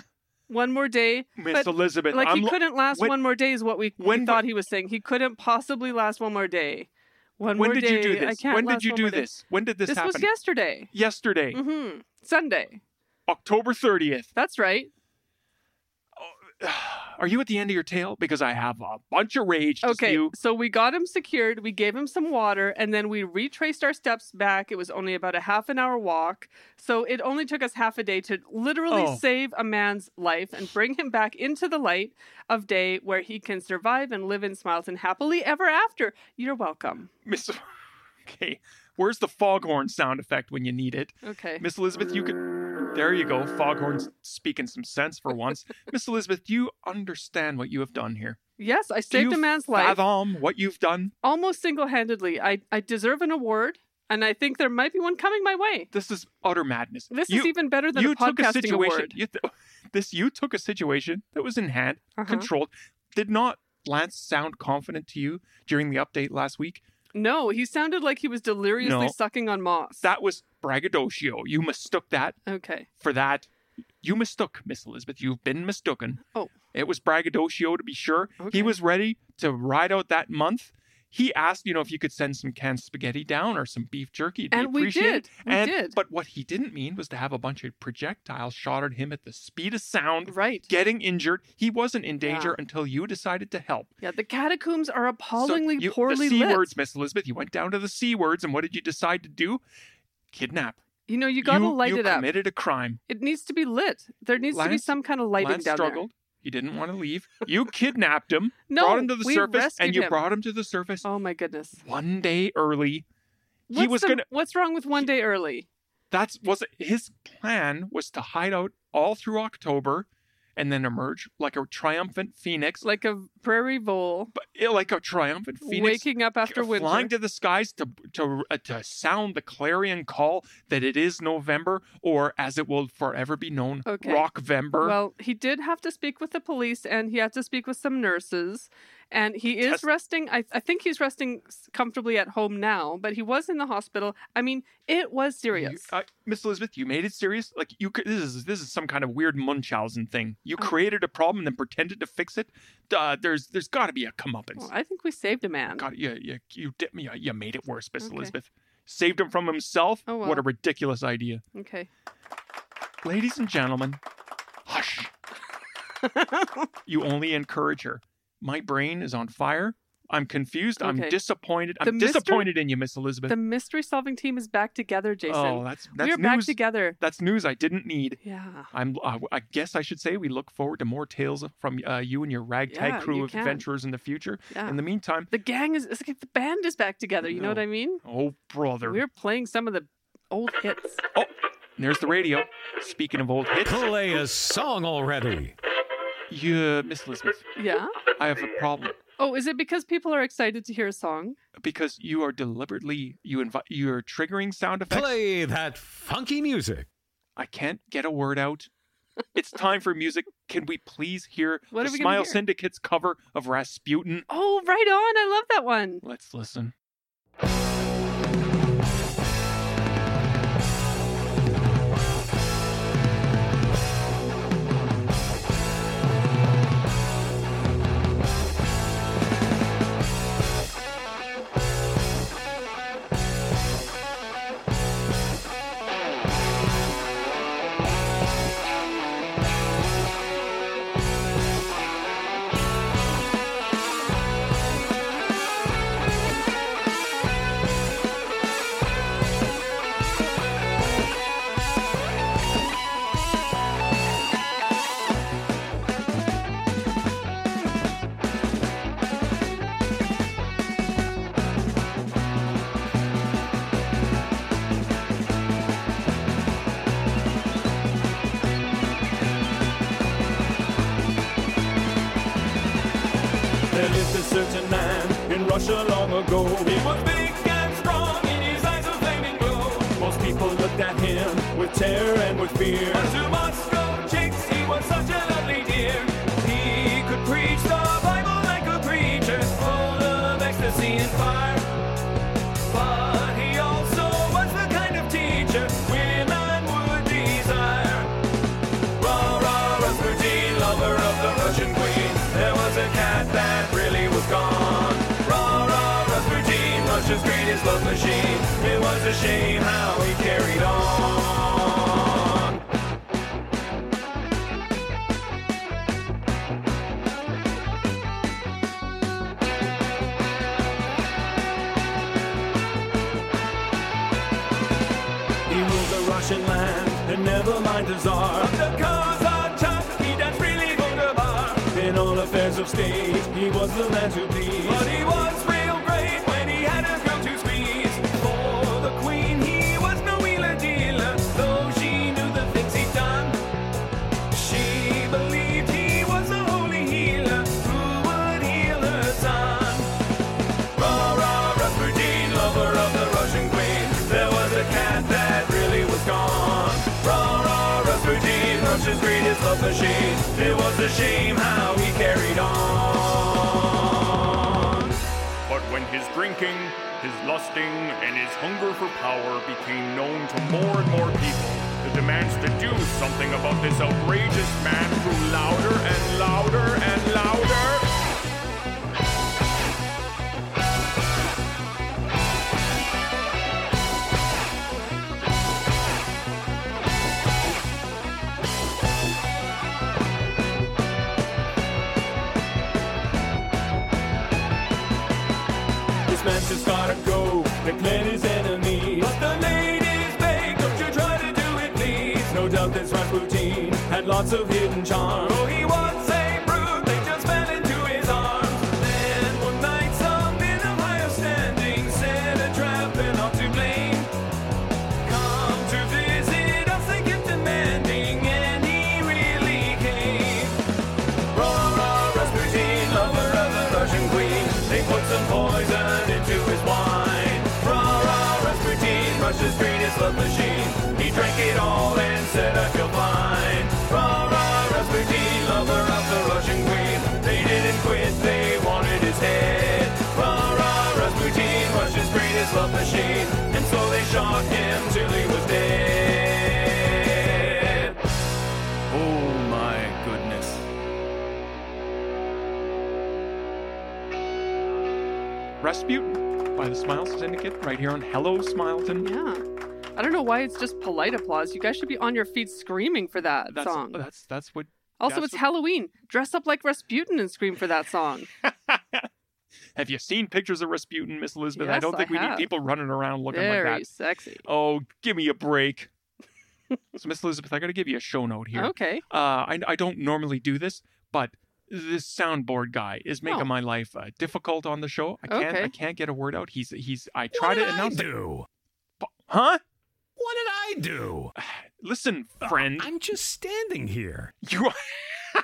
Speaker 1: one more day.
Speaker 2: Miss
Speaker 1: But,
Speaker 2: Elizabeth,
Speaker 1: like,
Speaker 2: I'm
Speaker 1: he
Speaker 2: lo-
Speaker 1: couldn't last
Speaker 2: when-
Speaker 1: one more day, is what we, we
Speaker 2: when-
Speaker 1: thought he was saying. He couldn't possibly last one more day. One
Speaker 2: when
Speaker 1: more
Speaker 2: did
Speaker 1: day.
Speaker 2: you do
Speaker 1: I
Speaker 2: this?
Speaker 1: can't
Speaker 2: When
Speaker 1: last
Speaker 2: did you
Speaker 1: one
Speaker 2: do
Speaker 1: more day."
Speaker 2: this? When did this,
Speaker 1: This
Speaker 2: happen?
Speaker 1: was yesterday.
Speaker 2: Yesterday,
Speaker 1: hmm Sunday.
Speaker 2: October 30th.
Speaker 1: That's right.
Speaker 2: *sighs* Are you at the end of your tail? Because I have a bunch of rage to
Speaker 1: Okay,
Speaker 2: spew.
Speaker 1: so we got him secured, we gave him some water, and then we retraced our steps back. It was only about a half an hour walk. So it only took us half a day to literally
Speaker 2: Oh.
Speaker 1: save a man's life and bring him back into the light of day where he can survive and live in Smileton happily ever after. You're welcome.
Speaker 2: Miss *laughs* Okay. Where's the foghorn sound effect when you need it?
Speaker 1: Okay.
Speaker 2: Miss Elizabeth, you can There you go. Foghorn's speaking some sense for once. *laughs* Miss Elizabeth, do you understand what you have done here?
Speaker 1: Yes, I
Speaker 2: Do
Speaker 1: saved
Speaker 2: you
Speaker 1: a man's life
Speaker 2: Fathom what you've done.
Speaker 1: almost single handedly. I, I deserve an award, and I think there might be one coming my way.
Speaker 2: This is utter madness.
Speaker 1: This
Speaker 2: You-
Speaker 1: is even better than a podcasting
Speaker 2: situation.
Speaker 1: award.
Speaker 2: You th- *laughs* this you took a situation that was in hand,
Speaker 1: Uh-huh.
Speaker 2: controlled. Did not Lance sound confident to you during the update last week?
Speaker 1: No, he sounded like he was deliriously
Speaker 2: No.
Speaker 1: sucking on moss.
Speaker 2: That was braggadocio. You mistook that
Speaker 1: okay.
Speaker 2: for that. You mistook Miss Elizabeth. You've been mistooken.
Speaker 1: Oh.
Speaker 2: it was braggadocio to be sure.
Speaker 1: Okay.
Speaker 2: He was ready to ride out that month. He asked, you know, if you could send some canned spaghetti down or some beef jerky. It'd be
Speaker 1: And we
Speaker 2: appreciated.
Speaker 1: did. We
Speaker 2: and,
Speaker 1: did.
Speaker 2: But what he didn't mean was to have a bunch of projectiles shot at him at the speed of sound.
Speaker 1: Right.
Speaker 2: getting injured. He wasn't in
Speaker 1: Yeah.
Speaker 2: danger until you decided to help.
Speaker 1: Yeah, the catacombs are
Speaker 2: So
Speaker 1: appallingly
Speaker 2: you-
Speaker 1: poorly
Speaker 2: the C
Speaker 1: lit.
Speaker 2: words, Miss Elizabeth. You went down to the C words, and what did you decide to do? Kidnap.
Speaker 1: You know, you gotta light
Speaker 2: you
Speaker 1: it up.
Speaker 2: committed a crime.
Speaker 1: It needs to be lit. There needs to be
Speaker 2: Lance-
Speaker 1: some kind of lighting
Speaker 2: Lance
Speaker 1: down
Speaker 2: struggled. He didn't want to leave.
Speaker 1: *laughs*
Speaker 2: You kidnapped him,
Speaker 1: there. No,
Speaker 2: brought him to the
Speaker 1: we
Speaker 2: surface,
Speaker 1: rescued
Speaker 2: and you
Speaker 1: him.
Speaker 2: brought him to the surface
Speaker 1: Oh my goodness!
Speaker 2: one day early.
Speaker 1: What's
Speaker 2: was
Speaker 1: the-
Speaker 2: gonna-
Speaker 1: What's wrong with one day early?
Speaker 2: That's was his plan was to hide out all through October, and then emerge like a triumphant phoenix, like,
Speaker 1: Like a prairie vole
Speaker 2: like a triumphant phoenix
Speaker 1: waking up after
Speaker 2: uh,
Speaker 1: winter.
Speaker 2: flying to the skies to to uh, to sound the clarion call that it is November, or as it will forever be known,
Speaker 1: Okay.
Speaker 2: Rockvember.
Speaker 1: Well, he did have to speak with the police, and he had to speak with some nurses, and he is
Speaker 2: Test-
Speaker 1: resting. I, I think he's resting s- comfortably at home now, but he was in the hospital. I mean, it was
Speaker 2: You-
Speaker 1: serious.
Speaker 2: uh, Miss Elizabeth, you made it serious. Like you, cou- this is this is some kind of weird Munchausen thing. You
Speaker 1: Oh.
Speaker 2: created a problem and then pretended to fix it. Uh, there's there's got to be a comeuppance.
Speaker 1: Well, I think we saved a man.
Speaker 2: God, you you you, did, you you made it worse, Miss
Speaker 1: Okay.
Speaker 2: Elizabeth. Saved him from himself.
Speaker 1: Oh,
Speaker 2: What
Speaker 1: well.
Speaker 2: a ridiculous idea,
Speaker 1: Okay.
Speaker 2: ladies and gentlemen. Hush. you only encourage her. My brain is on fire. I'm confused. I'm
Speaker 1: Okay.
Speaker 2: disappointed.
Speaker 1: The
Speaker 2: I'm
Speaker 1: mystery-
Speaker 2: disappointed in you, Miss Elizabeth.
Speaker 1: The mystery solving team is back together,
Speaker 2: oh,
Speaker 1: Jason.
Speaker 2: that's
Speaker 1: we
Speaker 2: that's
Speaker 1: are
Speaker 2: news.
Speaker 1: back together.
Speaker 2: That's news I didn't need.
Speaker 1: Yeah.
Speaker 2: I'm. I, I guess I should say we look forward to more tales from uh, you and your ragtag
Speaker 1: Yeah,
Speaker 2: crew
Speaker 1: you
Speaker 2: of
Speaker 1: can.
Speaker 2: adventurers in the future.
Speaker 1: Yeah.
Speaker 2: In the meantime,
Speaker 1: the gang is, it's like the band is back together. You know
Speaker 2: No.
Speaker 1: what I mean?
Speaker 2: oh brother,
Speaker 1: We're playing some of the old hits.
Speaker 2: there's the radio. Speaking of old hits,
Speaker 3: Play a song already.
Speaker 2: you, Miss Elizabeth,
Speaker 1: Yeah.
Speaker 2: I have a problem
Speaker 1: Oh, is it because people are excited to hear a song?
Speaker 2: because you are deliberately you invite you are triggering sound effects.
Speaker 3: Play that funky music.
Speaker 2: I can't get a word out. It's time for music. Can we please hear
Speaker 1: *laughs* What
Speaker 2: the
Speaker 1: are we gonna
Speaker 2: Smile
Speaker 1: hear?
Speaker 2: Syndicate's cover of Rasputin?
Speaker 1: Oh, right on. I love that one.
Speaker 2: Let's listen.
Speaker 4: There lived a certain man in Russia long ago. He was big and strong, in his eyes a flaming glow. Most people looked at him with terror and with fear. But to Moscow chicks, he was such a lovely dear. He could preach the Bible like a preacher, full of ecstasy and fire. But he also was the kind of teacher women would desire. Rah, rah, Rasputin, lover of the Russian queen. There was a cat that really was gone. Rah, rah, Rasputin, Russia's greatest love machine. It was a shame how he carried on. Russian land, and never mind the czar. The Kazakh chap, he danced freely wunderbar. In all affairs of state, he was the man to please. But he was real great when he had his girl to squeeze. For the queen, he was no wheeler dealer, though she knew the things he'd done. She believed he was a holy healer who would heal her son. Rah, rah, Rasputin, lover of the Russian queen. There was a cat that really was gone. Rah, rah, Rasputin, Russia's greatest love machine. It was a shame how he carried on. But when his drinking, his lusting, and his hunger for power became known to more and more people, the demands to do something about this outrageous man grew louder and louder and louder. This man's just gotta go and clean his enemy. But the ladies beg, don't you try to do it, please. No doubt this Rasputin had lots of hidden charm. Oh, he was a brute, they just fell into his arms. Then one night, some men of higher standing set a trap and not to blame. Come to visit us, they kept demanding, and he really came. Rora Rasputin, lover of the Russian queen. They put some poison into his wine. Rora Rasputin, Russia's greatest love machine. He drank it all and said, I feel fine. Rora Rasputin, lover of the Russian queen. They didn't quit, they wanted his head. Rora Rasputin, Russia's greatest love machine. And so they shot him till he was dead. Oh my goodness.
Speaker 2: Rasputin by the Smile Syndicate right here on Hello Smileton.
Speaker 1: Yeah. I don't know why it's just polite applause. You guys should be on your feet screaming for that
Speaker 2: That's,
Speaker 1: song.
Speaker 2: that's that's what
Speaker 1: also,
Speaker 2: that's
Speaker 1: it's
Speaker 2: what-
Speaker 1: Halloween. Dress up like Rasputin and scream for that song.
Speaker 2: *laughs* Have you seen pictures of Rasputin, Miss Elizabeth? I
Speaker 1: Yes,
Speaker 2: don't think
Speaker 1: I
Speaker 2: we
Speaker 1: have.
Speaker 2: need people running around looking
Speaker 1: Very
Speaker 2: like that.
Speaker 1: sexy.
Speaker 2: Oh, give me
Speaker 1: *laughs*
Speaker 2: a break. so, Miss Elizabeth, I got to give you a show note here.
Speaker 1: Okay.
Speaker 2: Uh, I, I don't normally do this, but this soundboard guy is making
Speaker 1: Oh.
Speaker 2: my life uh, difficult on the show. I can't.
Speaker 1: Okay.
Speaker 2: I can't get a word out. He's he's. I try
Speaker 3: What
Speaker 2: to
Speaker 3: did I
Speaker 2: announce it.
Speaker 3: do?
Speaker 2: Huh?
Speaker 3: What did I do?
Speaker 2: Listen,
Speaker 1: Uh,
Speaker 2: friend.
Speaker 3: I'm just standing here.
Speaker 2: You are.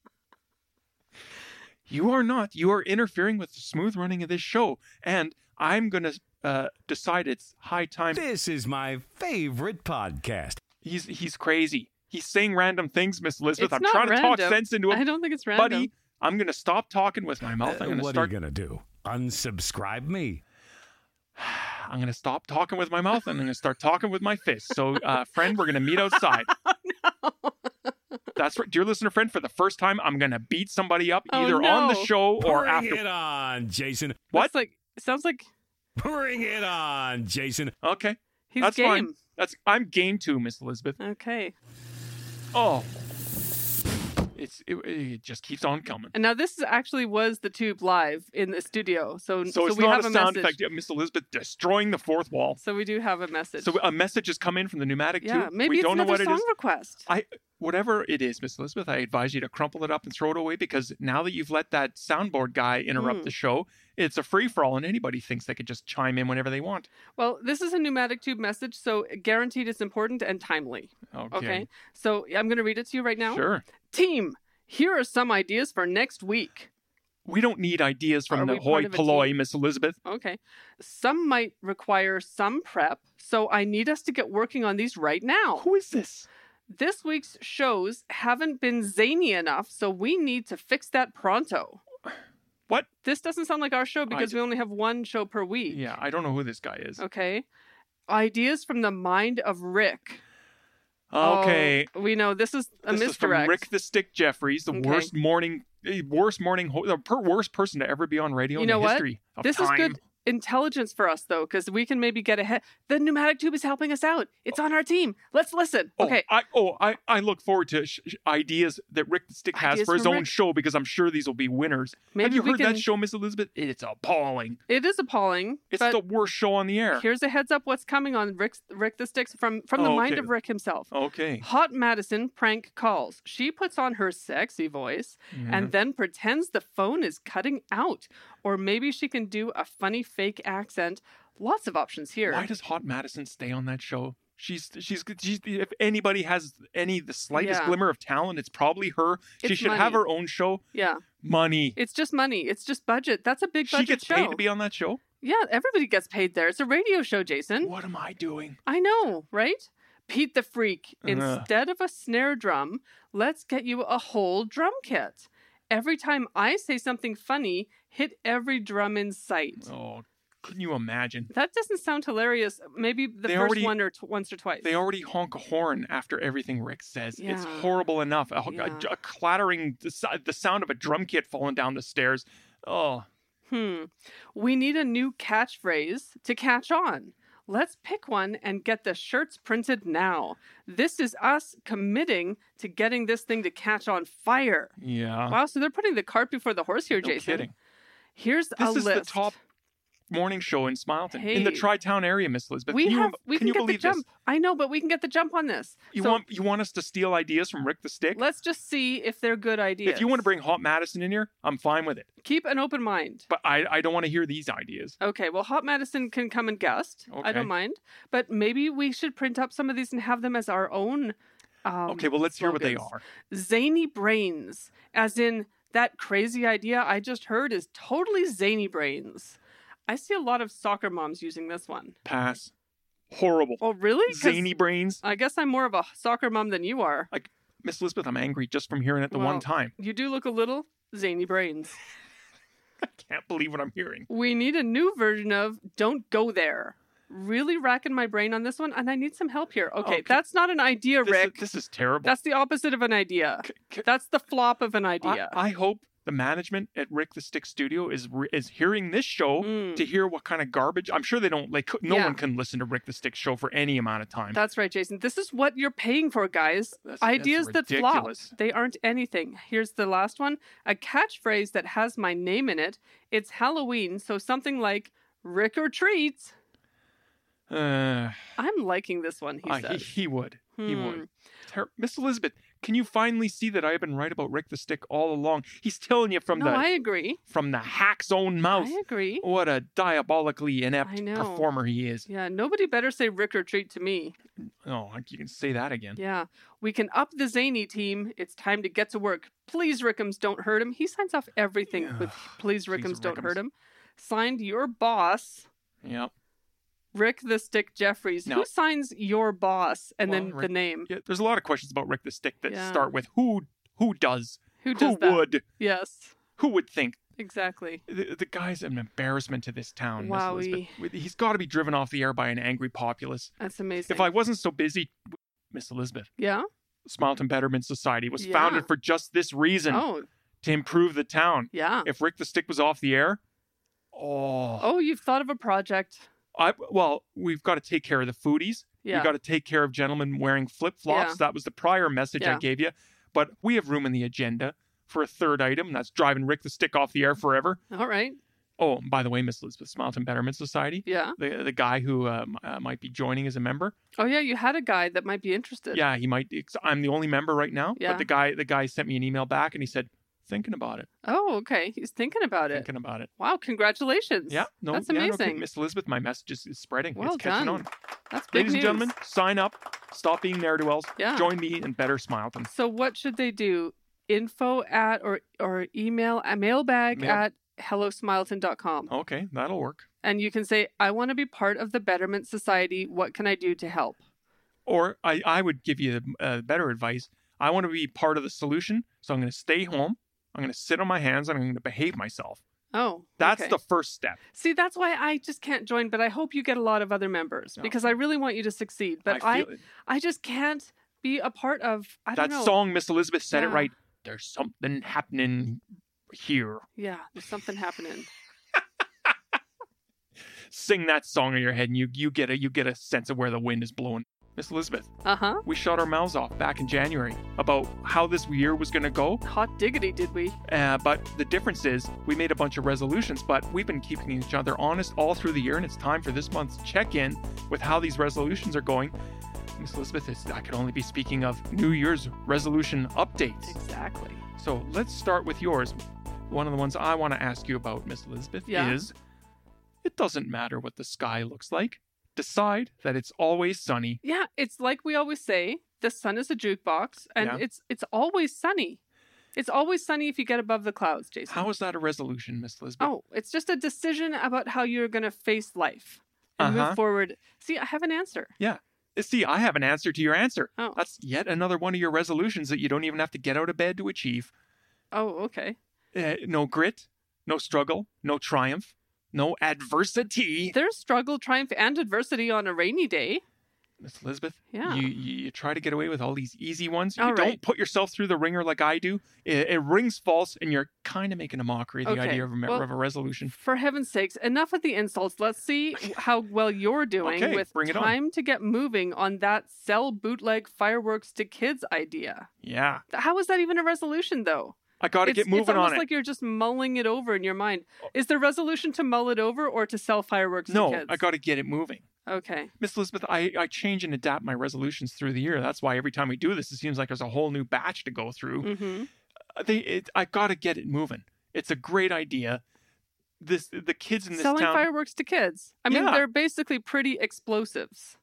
Speaker 2: *laughs* you are not. You are interfering with the smooth running of this show, and I'm gonna uh, decide it's high time.
Speaker 3: This is my favorite podcast.
Speaker 2: He's he's crazy. He's saying random things, Miss Elizabeth.
Speaker 1: It's
Speaker 2: I'm
Speaker 1: not
Speaker 2: trying to talk
Speaker 1: random.
Speaker 2: sense into
Speaker 1: I
Speaker 2: him,
Speaker 1: don't think it's random.
Speaker 2: buddy. I'm gonna stop talking with my mouth. I'm
Speaker 3: Uh,
Speaker 2: gonna
Speaker 3: what
Speaker 2: start.
Speaker 3: are you going to do? Unsubscribe me?
Speaker 2: I'm gonna stop talking with my mouth, and I'm gonna start talking with my fist. So, uh, friend, we're gonna meet
Speaker 1: *laughs*
Speaker 2: outside.
Speaker 1: Oh,
Speaker 2: That's right, dear listener friend. For the first time, I'm gonna beat somebody up
Speaker 1: Oh,
Speaker 2: either on the
Speaker 1: no.
Speaker 2: show or
Speaker 3: Bring
Speaker 2: after.
Speaker 3: it on, Jason.
Speaker 2: What?
Speaker 1: That's like sounds like
Speaker 3: Bring it on, Jason.
Speaker 2: Okay.
Speaker 1: he's
Speaker 2: That's fine.
Speaker 1: game.
Speaker 2: That's I'm game too, Miss Elizabeth.
Speaker 1: Okay.
Speaker 2: Oh, it's it, it just keeps on coming.
Speaker 1: And now this is actually was the tube live in the studio. So
Speaker 2: So, it's
Speaker 1: we
Speaker 2: not
Speaker 1: have
Speaker 2: a
Speaker 1: a
Speaker 2: sound
Speaker 1: message.
Speaker 2: effect. Yeah, Miss Elizabeth destroying the fourth wall.
Speaker 1: So we do have a message.
Speaker 2: So a message has come in from the pneumatic
Speaker 1: yeah,
Speaker 2: tube.
Speaker 1: maybe
Speaker 2: we
Speaker 1: it's
Speaker 2: don't know
Speaker 1: another
Speaker 2: what
Speaker 1: song
Speaker 2: it is.
Speaker 1: request.
Speaker 2: I whatever it is, Miss Elizabeth, I advise you to crumple it up and throw it away because now that you've let that soundboard guy interrupt
Speaker 1: Mm.
Speaker 2: the show, it's a free for all, and anybody thinks they could just chime in whenever they want.
Speaker 1: Well, this is a pneumatic tube message, so guaranteed it's important and timely.
Speaker 2: Okay.
Speaker 1: Okay. So I'm going to read it to you right now.
Speaker 2: Sure.
Speaker 1: Team, here are some ideas for next week.
Speaker 2: We don't need ideas from
Speaker 1: Are
Speaker 2: the
Speaker 1: we part
Speaker 2: hoi
Speaker 1: of a
Speaker 2: polloi,
Speaker 1: team?
Speaker 2: Miss Elizabeth.
Speaker 1: Okay. Some might require some prep, so I need us to get working on these right now.
Speaker 2: Who is this?
Speaker 1: This week's shows haven't been zany enough, so we need to fix that pronto.
Speaker 2: What?
Speaker 1: This doesn't sound like our show because
Speaker 2: d-
Speaker 1: we only have one show per week.
Speaker 2: Yeah, I don't know who this guy is.
Speaker 1: Okay. Ideas from the mind of Rick.
Speaker 2: Okay.
Speaker 1: Oh, we know this is a
Speaker 2: this is from
Speaker 1: misdirect.
Speaker 2: Rick the Stick Jeffries, the
Speaker 1: Okay.
Speaker 2: worst morning, eh, worst morning, ho- the per, worst person to ever be on radio
Speaker 1: You
Speaker 2: in
Speaker 1: know
Speaker 2: the
Speaker 1: what?
Speaker 2: history of
Speaker 1: this
Speaker 2: time.
Speaker 1: is good. intelligence for us though, because we can maybe get ahead. The pneumatic tube is helping us out. It's on our team. Let's listen.
Speaker 2: Oh,
Speaker 1: okay.
Speaker 2: I, oh, I, I look forward to sh- sh- ideas that Rick the Stick has
Speaker 1: Ideas
Speaker 2: for his
Speaker 1: from
Speaker 2: own
Speaker 1: Rick.
Speaker 2: show because I'm sure these will be winners. Have
Speaker 1: Maybe
Speaker 2: you
Speaker 1: we
Speaker 2: heard
Speaker 1: can.
Speaker 2: that show, Miss Elizabeth? It's appalling.
Speaker 1: It is appalling.
Speaker 2: It's
Speaker 1: but
Speaker 2: the worst show on the air.
Speaker 1: here's a heads up. What's coming on Rick's, Rick the Sticks from from the
Speaker 2: Oh,
Speaker 1: mind
Speaker 2: okay.
Speaker 1: of Rick himself.
Speaker 2: Okay.
Speaker 1: Hot Madison prank calls. She puts on her sexy voice
Speaker 2: Mm-hmm.
Speaker 1: and then pretends the phone is cutting out. Or maybe she can do a funny fake accent. Lots of options here.
Speaker 2: Why does Hot Madison stay on that show? She's, she's she's if anybody has any the slightest
Speaker 1: Yeah.
Speaker 2: glimmer of talent, it's probably her. she
Speaker 1: It's
Speaker 2: should have
Speaker 1: money.
Speaker 2: her own show.
Speaker 1: yeah.
Speaker 2: Money.
Speaker 1: It's just money. It's just budget. That's a big budget
Speaker 2: She gets
Speaker 1: show.
Speaker 2: paid to be on that show.
Speaker 1: yeah, everybody gets paid there. It's a radio show, Jason.
Speaker 2: What am I doing?
Speaker 1: I know, right? Pete the Freak,
Speaker 2: Ugh.
Speaker 1: instead of a snare drum, let's get you a whole drum kit. Every time I say something funny, hit every drum in sight.
Speaker 2: Oh, couldn't you imagine?
Speaker 1: That doesn't sound hilarious. Maybe the
Speaker 2: They
Speaker 1: first
Speaker 2: already-
Speaker 1: one or t- once or twice.
Speaker 2: They already honk a horn after everything Rick says. It's
Speaker 1: Yeah.
Speaker 2: horrible enough. A, a-
Speaker 1: Yeah.
Speaker 2: a clattering, the, si- the sound of a drum kit falling down the stairs. Oh,
Speaker 1: Hmm. We need a new catchphrase to catch on. Let's pick one and get the shirts printed now. This is us committing to getting this thing to catch on fire.
Speaker 2: yeah.
Speaker 1: Wow, so they're putting the cart before the horse here,
Speaker 2: no
Speaker 1: Jason.
Speaker 2: kidding.
Speaker 1: Here's
Speaker 2: This
Speaker 1: a
Speaker 2: is
Speaker 1: list.
Speaker 2: the top morning show in Smileton, in the
Speaker 1: Hey.
Speaker 2: Tri-Town area, Miss Elizabeth.
Speaker 1: we
Speaker 2: can you,
Speaker 1: have we
Speaker 2: can
Speaker 1: can,
Speaker 2: you
Speaker 1: get the
Speaker 2: believe this?
Speaker 1: jump. I know, but we can get the jump on this.
Speaker 2: You
Speaker 1: so
Speaker 2: want you want us to steal ideas from Rick the Stick?
Speaker 1: let's just see if they're good ideas.
Speaker 2: If you want to bring Hot Madison in here, I'm fine with it.
Speaker 1: keep an open mind.
Speaker 2: But I, I don't want to hear these ideas.
Speaker 1: Okay, well, Hot Madison can come and guest. I
Speaker 2: Okay.
Speaker 1: don't mind. But maybe we should print up some of these and have them as our own. Um,
Speaker 2: Okay, well let's hear what they
Speaker 1: slogans.
Speaker 2: are.
Speaker 1: Zany brains, as in that crazy idea I just heard is totally zany brains. I see a lot of soccer moms using this one.
Speaker 2: Pass. Horrible.
Speaker 1: Oh, really? 'Cause
Speaker 2: Zany brains.
Speaker 1: I guess I'm more of a soccer mom than you are.
Speaker 2: Miss Elizabeth, I'm angry just from hearing it the one
Speaker 1: Well-
Speaker 2: time.
Speaker 1: You do look a little zany brains.
Speaker 2: I can't believe what I'm hearing.
Speaker 1: We need a new version of Don't Go There. Really racking my brain on this one, and I need some help here. Okay,
Speaker 2: Okay.
Speaker 1: that's not an idea,
Speaker 2: This is,
Speaker 1: Rick.
Speaker 2: this is terrible.
Speaker 1: That's the opposite of an idea.
Speaker 2: C- c-
Speaker 1: That's the flop of an
Speaker 2: I-
Speaker 1: idea.
Speaker 2: I, hope the management at Rick the Stick Studio is re- is hearing this show
Speaker 1: Mm.
Speaker 2: to hear what kind of garbage. I'm sure they don't like. No
Speaker 1: Yeah.
Speaker 2: one can listen to Rick the Stick show for any amount of time.
Speaker 1: That's right, Jason. This is what you're paying for, guys.
Speaker 2: That's- that's
Speaker 1: Ideas that flop.
Speaker 2: ridiculous.
Speaker 1: They aren't anything. Here's the last one a catchphrase that has my name in it. It's Halloween, so something like Rick or Treat.
Speaker 2: Uh,
Speaker 1: I'm liking this one, he
Speaker 2: I- Ah, he,
Speaker 1: says.
Speaker 2: he would. He
Speaker 1: Hmm.
Speaker 2: would. Ter- Miss Elizabeth, can you finally see that I have been right about Rick the Stick all along? He's telling you from
Speaker 1: No,
Speaker 2: the
Speaker 1: I agree.
Speaker 2: from the hack's own mouth.
Speaker 1: I agree.
Speaker 2: What a diabolically
Speaker 1: I
Speaker 2: inept
Speaker 1: know.
Speaker 2: performer he is.
Speaker 1: Yeah, nobody better say Rick or Treat to me.
Speaker 2: Oh, you can say that again.
Speaker 1: Yeah, we can up the zany team. It's time to get to work. Please, Rickums, don't hurt him. He signs off everything with "Please,
Speaker 2: Please,
Speaker 1: Rickums, don't hurt
Speaker 2: Rickums.
Speaker 1: him." Signed your boss,
Speaker 2: Yep.
Speaker 1: Rick the Stick Jeffries.
Speaker 2: No.
Speaker 1: Who signs your boss and then
Speaker 2: Well,
Speaker 1: the
Speaker 2: Rick-
Speaker 1: name?
Speaker 2: Yeah, there's a lot of questions about Rick the Stick that
Speaker 1: Yeah.
Speaker 2: start with who who does
Speaker 1: Who does that?
Speaker 2: would
Speaker 1: Yes,
Speaker 2: who would think
Speaker 1: exactly.
Speaker 2: the, the guy's an embarrassment to this town. Miss Elizabeth.
Speaker 1: Wowee.
Speaker 2: With- He's got to be driven off the air by an angry populace.
Speaker 1: That's amazing.
Speaker 2: If I wasn't so busy, Miss Elizabeth,
Speaker 1: yeah.
Speaker 2: Smileton Betterment Society was
Speaker 1: Yeah.
Speaker 2: founded for just this reason
Speaker 1: Oh,
Speaker 2: to improve the town.
Speaker 1: yeah.
Speaker 2: If Rick the Stick was off the air, oh,
Speaker 1: Oh, you've thought of a project.
Speaker 2: I well, we've got to take care of the foodies.
Speaker 1: Yeah.
Speaker 2: We've got to take care of gentlemen wearing flip flops.
Speaker 1: Yeah.
Speaker 2: That was the prior message I
Speaker 1: Yeah.
Speaker 2: gave you. But we have room in the agenda for a third item. That's driving Rick the Stick off the air forever.
Speaker 1: All right.
Speaker 2: Oh, and by the way, Miss Elizabeth Smileton Betterment Society,
Speaker 1: Yeah.
Speaker 2: the the guy who uh, m- uh, might be joining as a member.
Speaker 1: Oh, yeah. You had a guy that might be interested.
Speaker 2: Yeah, he might. ex- I'm the only member right now.
Speaker 1: Yeah.
Speaker 2: But the guy the guy sent me an email back and he said, "Thinking about it.
Speaker 1: Oh, okay. He's thinking about it.
Speaker 2: Thinking about it."
Speaker 1: Wow. Congratulations.
Speaker 2: Yeah. No.
Speaker 1: That's
Speaker 2: yeah, no
Speaker 1: amazing.
Speaker 2: kidding. Miss Elizabeth, my message is, is spreading.
Speaker 1: Well
Speaker 2: it's catching
Speaker 1: done.
Speaker 2: on.
Speaker 1: That's big
Speaker 2: Ladies
Speaker 1: news.
Speaker 2: and gentlemen, sign up. Stop being ne'er do wells.
Speaker 1: Yeah.
Speaker 2: Join me in Better Smileton.
Speaker 1: So what should they do? Info at or or email a mailbag
Speaker 2: Mail-
Speaker 1: at hellosmileton.com.
Speaker 2: Okay, that'll work.
Speaker 1: And you can say, I want to be part of the Betterment Society. What can I do to help?
Speaker 2: Or I, I would give you uh, better advice. I want to be part of the solution, so I'm going to stay home. I'm going to sit on my hands and I'm going to behave myself.
Speaker 1: Oh.
Speaker 2: That's
Speaker 1: okay.
Speaker 2: the first step.
Speaker 1: See, that's why I just can't join, but I hope you get a lot of other members
Speaker 2: No.
Speaker 1: because I really want you to succeed. But I, I,
Speaker 2: feel,
Speaker 1: just can't be a part of I
Speaker 2: that
Speaker 1: don't know.
Speaker 2: song, Miss Elizabeth said it
Speaker 1: Yeah.
Speaker 2: right. There's something happening here.
Speaker 1: Yeah, there's something happening.
Speaker 2: sing that song in your head, and you you get a you get a sense of where the wind is blowing. Miss Elizabeth,
Speaker 1: Uh huh.
Speaker 2: we shut our mouths off back in January about how this year was going to go.
Speaker 1: Hot diggity, did we?
Speaker 2: Uh, but the difference is we made a bunch of resolutions, but we've been keeping each other honest all through the year, and it's time for this month's check-in with how these resolutions are going. Miss Elizabeth, it's, I could only be speaking of New Year's resolution updates.
Speaker 1: Exactly.
Speaker 2: So let's start with yours. One of the ones I want to ask you about, Miss Elizabeth,
Speaker 1: Yeah.
Speaker 2: is it doesn't matter what the sky looks like. Decide that it's always sunny.
Speaker 1: Yeah, it's like we always say, the sun is a jukebox, and
Speaker 2: Yeah.
Speaker 1: it's it's always sunny. It's always sunny if you get above the clouds, Jason.
Speaker 2: How is that a resolution, Miss Elizabeth?
Speaker 1: Oh, it's just a decision about how you're going to face life and
Speaker 2: Uh-huh.
Speaker 1: move forward. See, I have an answer.
Speaker 2: See, I have an answer to your answer.
Speaker 1: Oh.
Speaker 2: That's yet another one of your resolutions that you don't even have to get out of bed to achieve.
Speaker 1: Oh, okay.
Speaker 2: Uh, no grit, no struggle, no triumph, no adversity.
Speaker 1: There's struggle, triumph, and adversity on a rainy day.
Speaker 2: Miss Elizabeth,
Speaker 1: Yeah.
Speaker 2: you, you you try to get away with all these easy ones. You
Speaker 1: All
Speaker 2: don't
Speaker 1: right.
Speaker 2: put yourself through the ringer like I do. It, it rings false, and you're kind of making a mockery of the
Speaker 1: Okay,
Speaker 2: idea of a, me-
Speaker 1: well,
Speaker 2: of a resolution.
Speaker 1: For heaven's sakes, enough of the insults. Let's see how well you're doing
Speaker 2: Okay,
Speaker 1: with
Speaker 2: bring it on.
Speaker 1: time to get moving on that sell bootleg fireworks to kids idea.
Speaker 2: Yeah,
Speaker 1: How is that even a resolution, though?
Speaker 2: I got to
Speaker 1: it's,
Speaker 2: get
Speaker 1: it's
Speaker 2: moving
Speaker 1: almost
Speaker 2: on it. Oh.
Speaker 1: like you're just mulling it over in your mind. Is the resolution to mull it over or to sell fireworks
Speaker 2: no,
Speaker 1: to kids?
Speaker 2: I got to get it moving. *laughs*
Speaker 1: Okay.
Speaker 2: Miss Elizabeth, I, I change and adapt my resolutions through the year. That's why every time we do this, it seems like there's a whole new batch to go through.
Speaker 1: hmm
Speaker 2: Uh, They, it, I got to get it moving. It's a great idea. This the kids in this
Speaker 1: Selling
Speaker 2: town.
Speaker 1: fireworks to kids. I mean,
Speaker 2: Yeah.
Speaker 1: they're basically pretty explosives.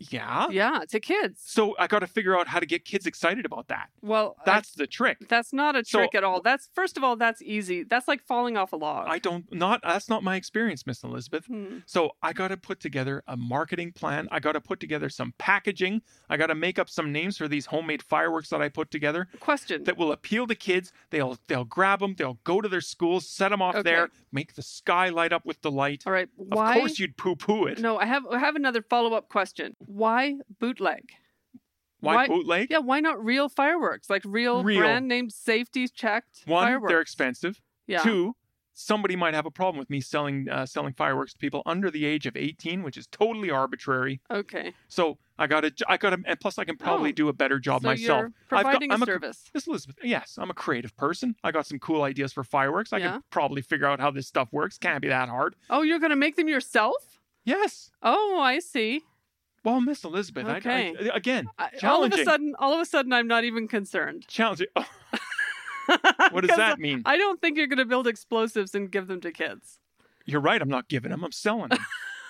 Speaker 2: Yeah.
Speaker 1: Yeah, to kids.
Speaker 2: So I got to figure out how to get kids excited about that.
Speaker 1: Well, I-
Speaker 2: That's the trick.
Speaker 1: that's not a
Speaker 2: So-
Speaker 1: trick at all. That's first of all, that's easy. That's like falling off a log.
Speaker 2: I don't not that's not my experience, Miss Elizabeth.
Speaker 1: Hmm.
Speaker 2: So I got to put together a marketing plan. I got to put together some packaging. I got to make up some names for these homemade fireworks that I put together
Speaker 1: Question.
Speaker 2: that will appeal to kids. They'll they'll grab them. They'll go to their schools, set them off
Speaker 1: Okay.
Speaker 2: there, make the sky light up with delight.
Speaker 1: all right. Why?
Speaker 2: Of course, you'd poo poo it.
Speaker 1: no, I have I have another follow up question. Why bootleg?
Speaker 2: why,
Speaker 1: why-
Speaker 2: bootleg?
Speaker 1: Yeah, why not real fireworks? Like real,
Speaker 2: Real.
Speaker 1: brand name safety checked
Speaker 2: One,
Speaker 1: fireworks.
Speaker 2: they're expensive.
Speaker 1: yeah.
Speaker 2: Two, somebody might have a problem with me selling uh, selling fireworks to people under the age of 18, which is totally arbitrary.
Speaker 1: Okay.
Speaker 2: So I gotta, I gotta, and plus I can probably
Speaker 1: Oh.
Speaker 2: do a better job
Speaker 1: so
Speaker 2: myself.
Speaker 1: you're providing
Speaker 2: I've got,
Speaker 1: a
Speaker 2: I'm a,
Speaker 1: service.
Speaker 2: Miss Elizabeth, yes, I'm a creative person. I got some cool ideas for fireworks. I
Speaker 1: Yeah.
Speaker 2: can probably figure out how this stuff works. Can't be that hard.
Speaker 1: oh, you're gonna make them yourself?
Speaker 2: Yes.
Speaker 1: Oh, I see.
Speaker 2: Well, Miss Elizabeth, I- I,
Speaker 1: Okay.
Speaker 2: again,
Speaker 1: I, all of a
Speaker 2: Challenging.
Speaker 1: sudden, all of a sudden, I'm not even concerned. *laughs*
Speaker 2: challenge. *laughs* Oh, what does
Speaker 1: Because *laughs*
Speaker 2: that mean?
Speaker 1: I don't think you're going to build explosives and give them to kids. *laughs*
Speaker 2: You're right. I'm not giving them. I'm selling them.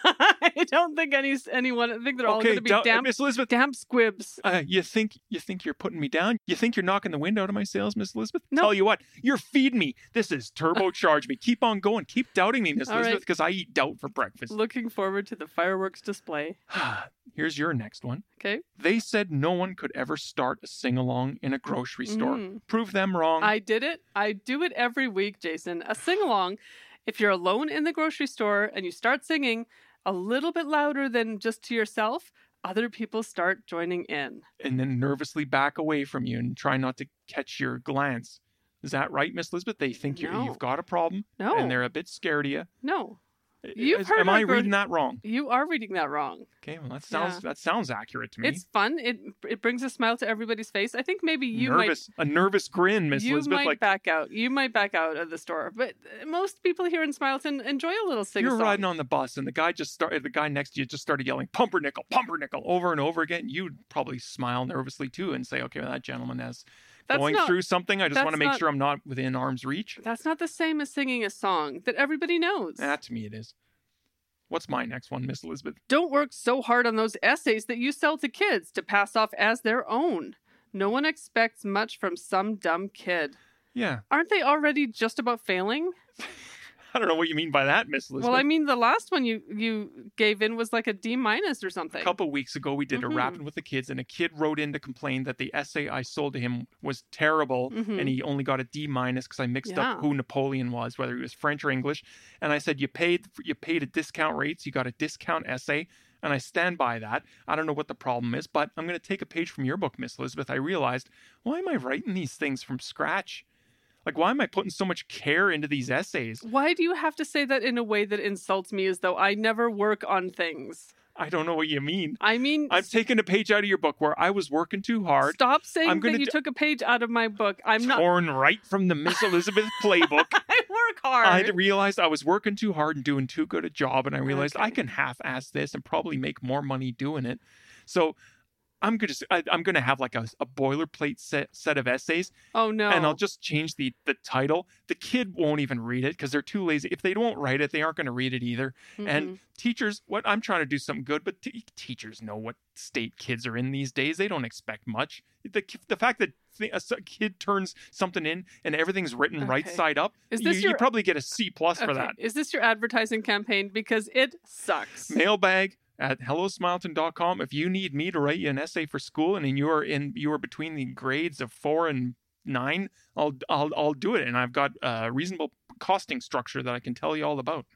Speaker 1: I don't think any anyone. I think they're all going
Speaker 2: okay,
Speaker 1: to be
Speaker 2: da-
Speaker 1: damp,
Speaker 2: Miss Elizabeth.
Speaker 1: damp squibs.
Speaker 2: Uh, you think you think you're putting me down? You think you're knocking the wind out of my sails, Miss Elizabeth?
Speaker 1: No.
Speaker 2: Tell you what, you're feeding me. This is turbocharge me. Keep on going. Keep doubting me, Miss
Speaker 1: All
Speaker 2: Elizabeth,
Speaker 1: right.
Speaker 2: because I eat doubt for breakfast.
Speaker 1: Looking forward to the fireworks display.
Speaker 2: *sighs* Here's your next one.
Speaker 1: Okay,
Speaker 2: They said no one could ever start a sing along in a grocery store.
Speaker 1: Mm.
Speaker 2: Prove them wrong.
Speaker 1: I did it. I do it every week, Jason. A sing along. If you're alone in the grocery store and you start singing a little bit louder than just to yourself, other people start joining in.
Speaker 2: And then nervously back away from you and try not to catch your glance. Is that right, Miss Elizabeth? They think you're,
Speaker 1: No.
Speaker 2: you've got a problem
Speaker 1: No,
Speaker 2: and they're a bit scared of you.
Speaker 1: no, You've
Speaker 2: Is-
Speaker 1: heard
Speaker 2: Am
Speaker 1: our
Speaker 2: I
Speaker 1: gro-
Speaker 2: reading that wrong?
Speaker 1: you are reading that wrong.
Speaker 2: Okay, well that sounds that sounds accurate to me.
Speaker 1: It's fun. It it brings a smile to everybody's face. I think maybe you
Speaker 2: nervous, a nervous grin,
Speaker 1: might
Speaker 2: Miss
Speaker 1: you
Speaker 2: Elizabeth.
Speaker 1: might
Speaker 2: Like
Speaker 1: back out. You might back out of the store, but uh, most people here in Smileton enjoy a little sing.
Speaker 2: you're riding on the bus, and the guy just started. The guy next to you just started yelling "pumpernickel, pumpernickel" over and over again. You'd probably smile nervously too and say, "Okay, well, that gentleman has
Speaker 1: That's
Speaker 2: going
Speaker 1: not,
Speaker 2: through something. I just
Speaker 1: that's
Speaker 2: want to make
Speaker 1: not-
Speaker 2: sure I'm not within arm's reach.
Speaker 1: That's not the same as singing a song that everybody knows.
Speaker 2: That to me it is. What's my next one, Miss Elizabeth?
Speaker 1: Don't work so hard on those essays that you sell to kids to pass off as their own. No one expects much from some dumb kid.
Speaker 2: Yeah,
Speaker 1: Aren't they already just about failing?
Speaker 2: I don't know what you mean by that, Miss Elizabeth.
Speaker 1: Well, I mean, the last one you you gave in was like a D minus or something.
Speaker 2: a couple weeks ago we did
Speaker 1: Mhm.
Speaker 2: a rapping with the kids, and a kid wrote in to complain that the essay I sold to him was terrible,
Speaker 1: Mhm.
Speaker 2: and he only got a D minus because I mixed
Speaker 1: Yeah.
Speaker 2: up who Napoleon was, whether he was French or English. And I said, "You paid, you paid a discount rate, so you got a discount essay." And I stand by that. I don't know what the problem is, but I'm going to take a page from your book, Miss Elizabeth. I realized, why am I writing these things from scratch? Like, why am I putting so much care into these essays?
Speaker 1: Why do you have to say that in a way that insults me as though I never work on things?
Speaker 2: I don't know what you mean.
Speaker 1: I mean,
Speaker 2: I've taken a page out of your book where I was working too hard,
Speaker 1: stop saying
Speaker 2: I'm
Speaker 1: that
Speaker 2: gonna
Speaker 1: you
Speaker 2: d-
Speaker 1: took a page out of my book. I'm not.
Speaker 2: torn right from the Miss Elizabeth playbook.
Speaker 1: *laughs* I work
Speaker 2: I
Speaker 1: hard.
Speaker 2: realized I was working too hard and doing too good a job, and I realized I
Speaker 1: Okay.
Speaker 2: can half-ass this and probably make more money doing it. So I'm gonna s- I, am gonna have like a, a boilerplate set set of essays,
Speaker 1: oh no.
Speaker 2: and I'll just change the the title. The kid won't even read it because they're too lazy. If they don't write it, they aren't gonna read it either.
Speaker 1: Mhm.
Speaker 2: And teachers, what I'm trying to do something good, but t- teachers know what state kids are in these days. They don't expect much. The ki- the fact that thi- a s- kid turns something in and everything's written right
Speaker 1: Okay.
Speaker 2: side up,
Speaker 1: Is this
Speaker 2: you, you
Speaker 1: your-
Speaker 2: probably get a C plus for
Speaker 1: Okay,
Speaker 2: that.
Speaker 1: Is this your advertising campaign? Because it sucks.
Speaker 2: mailbag at hellosmileton.com if you need me to write you an essay for school and you are in you are between the grades of four and nine i'll i'll, I'll do it and i've got a reasonable costing structure that i can tell you all about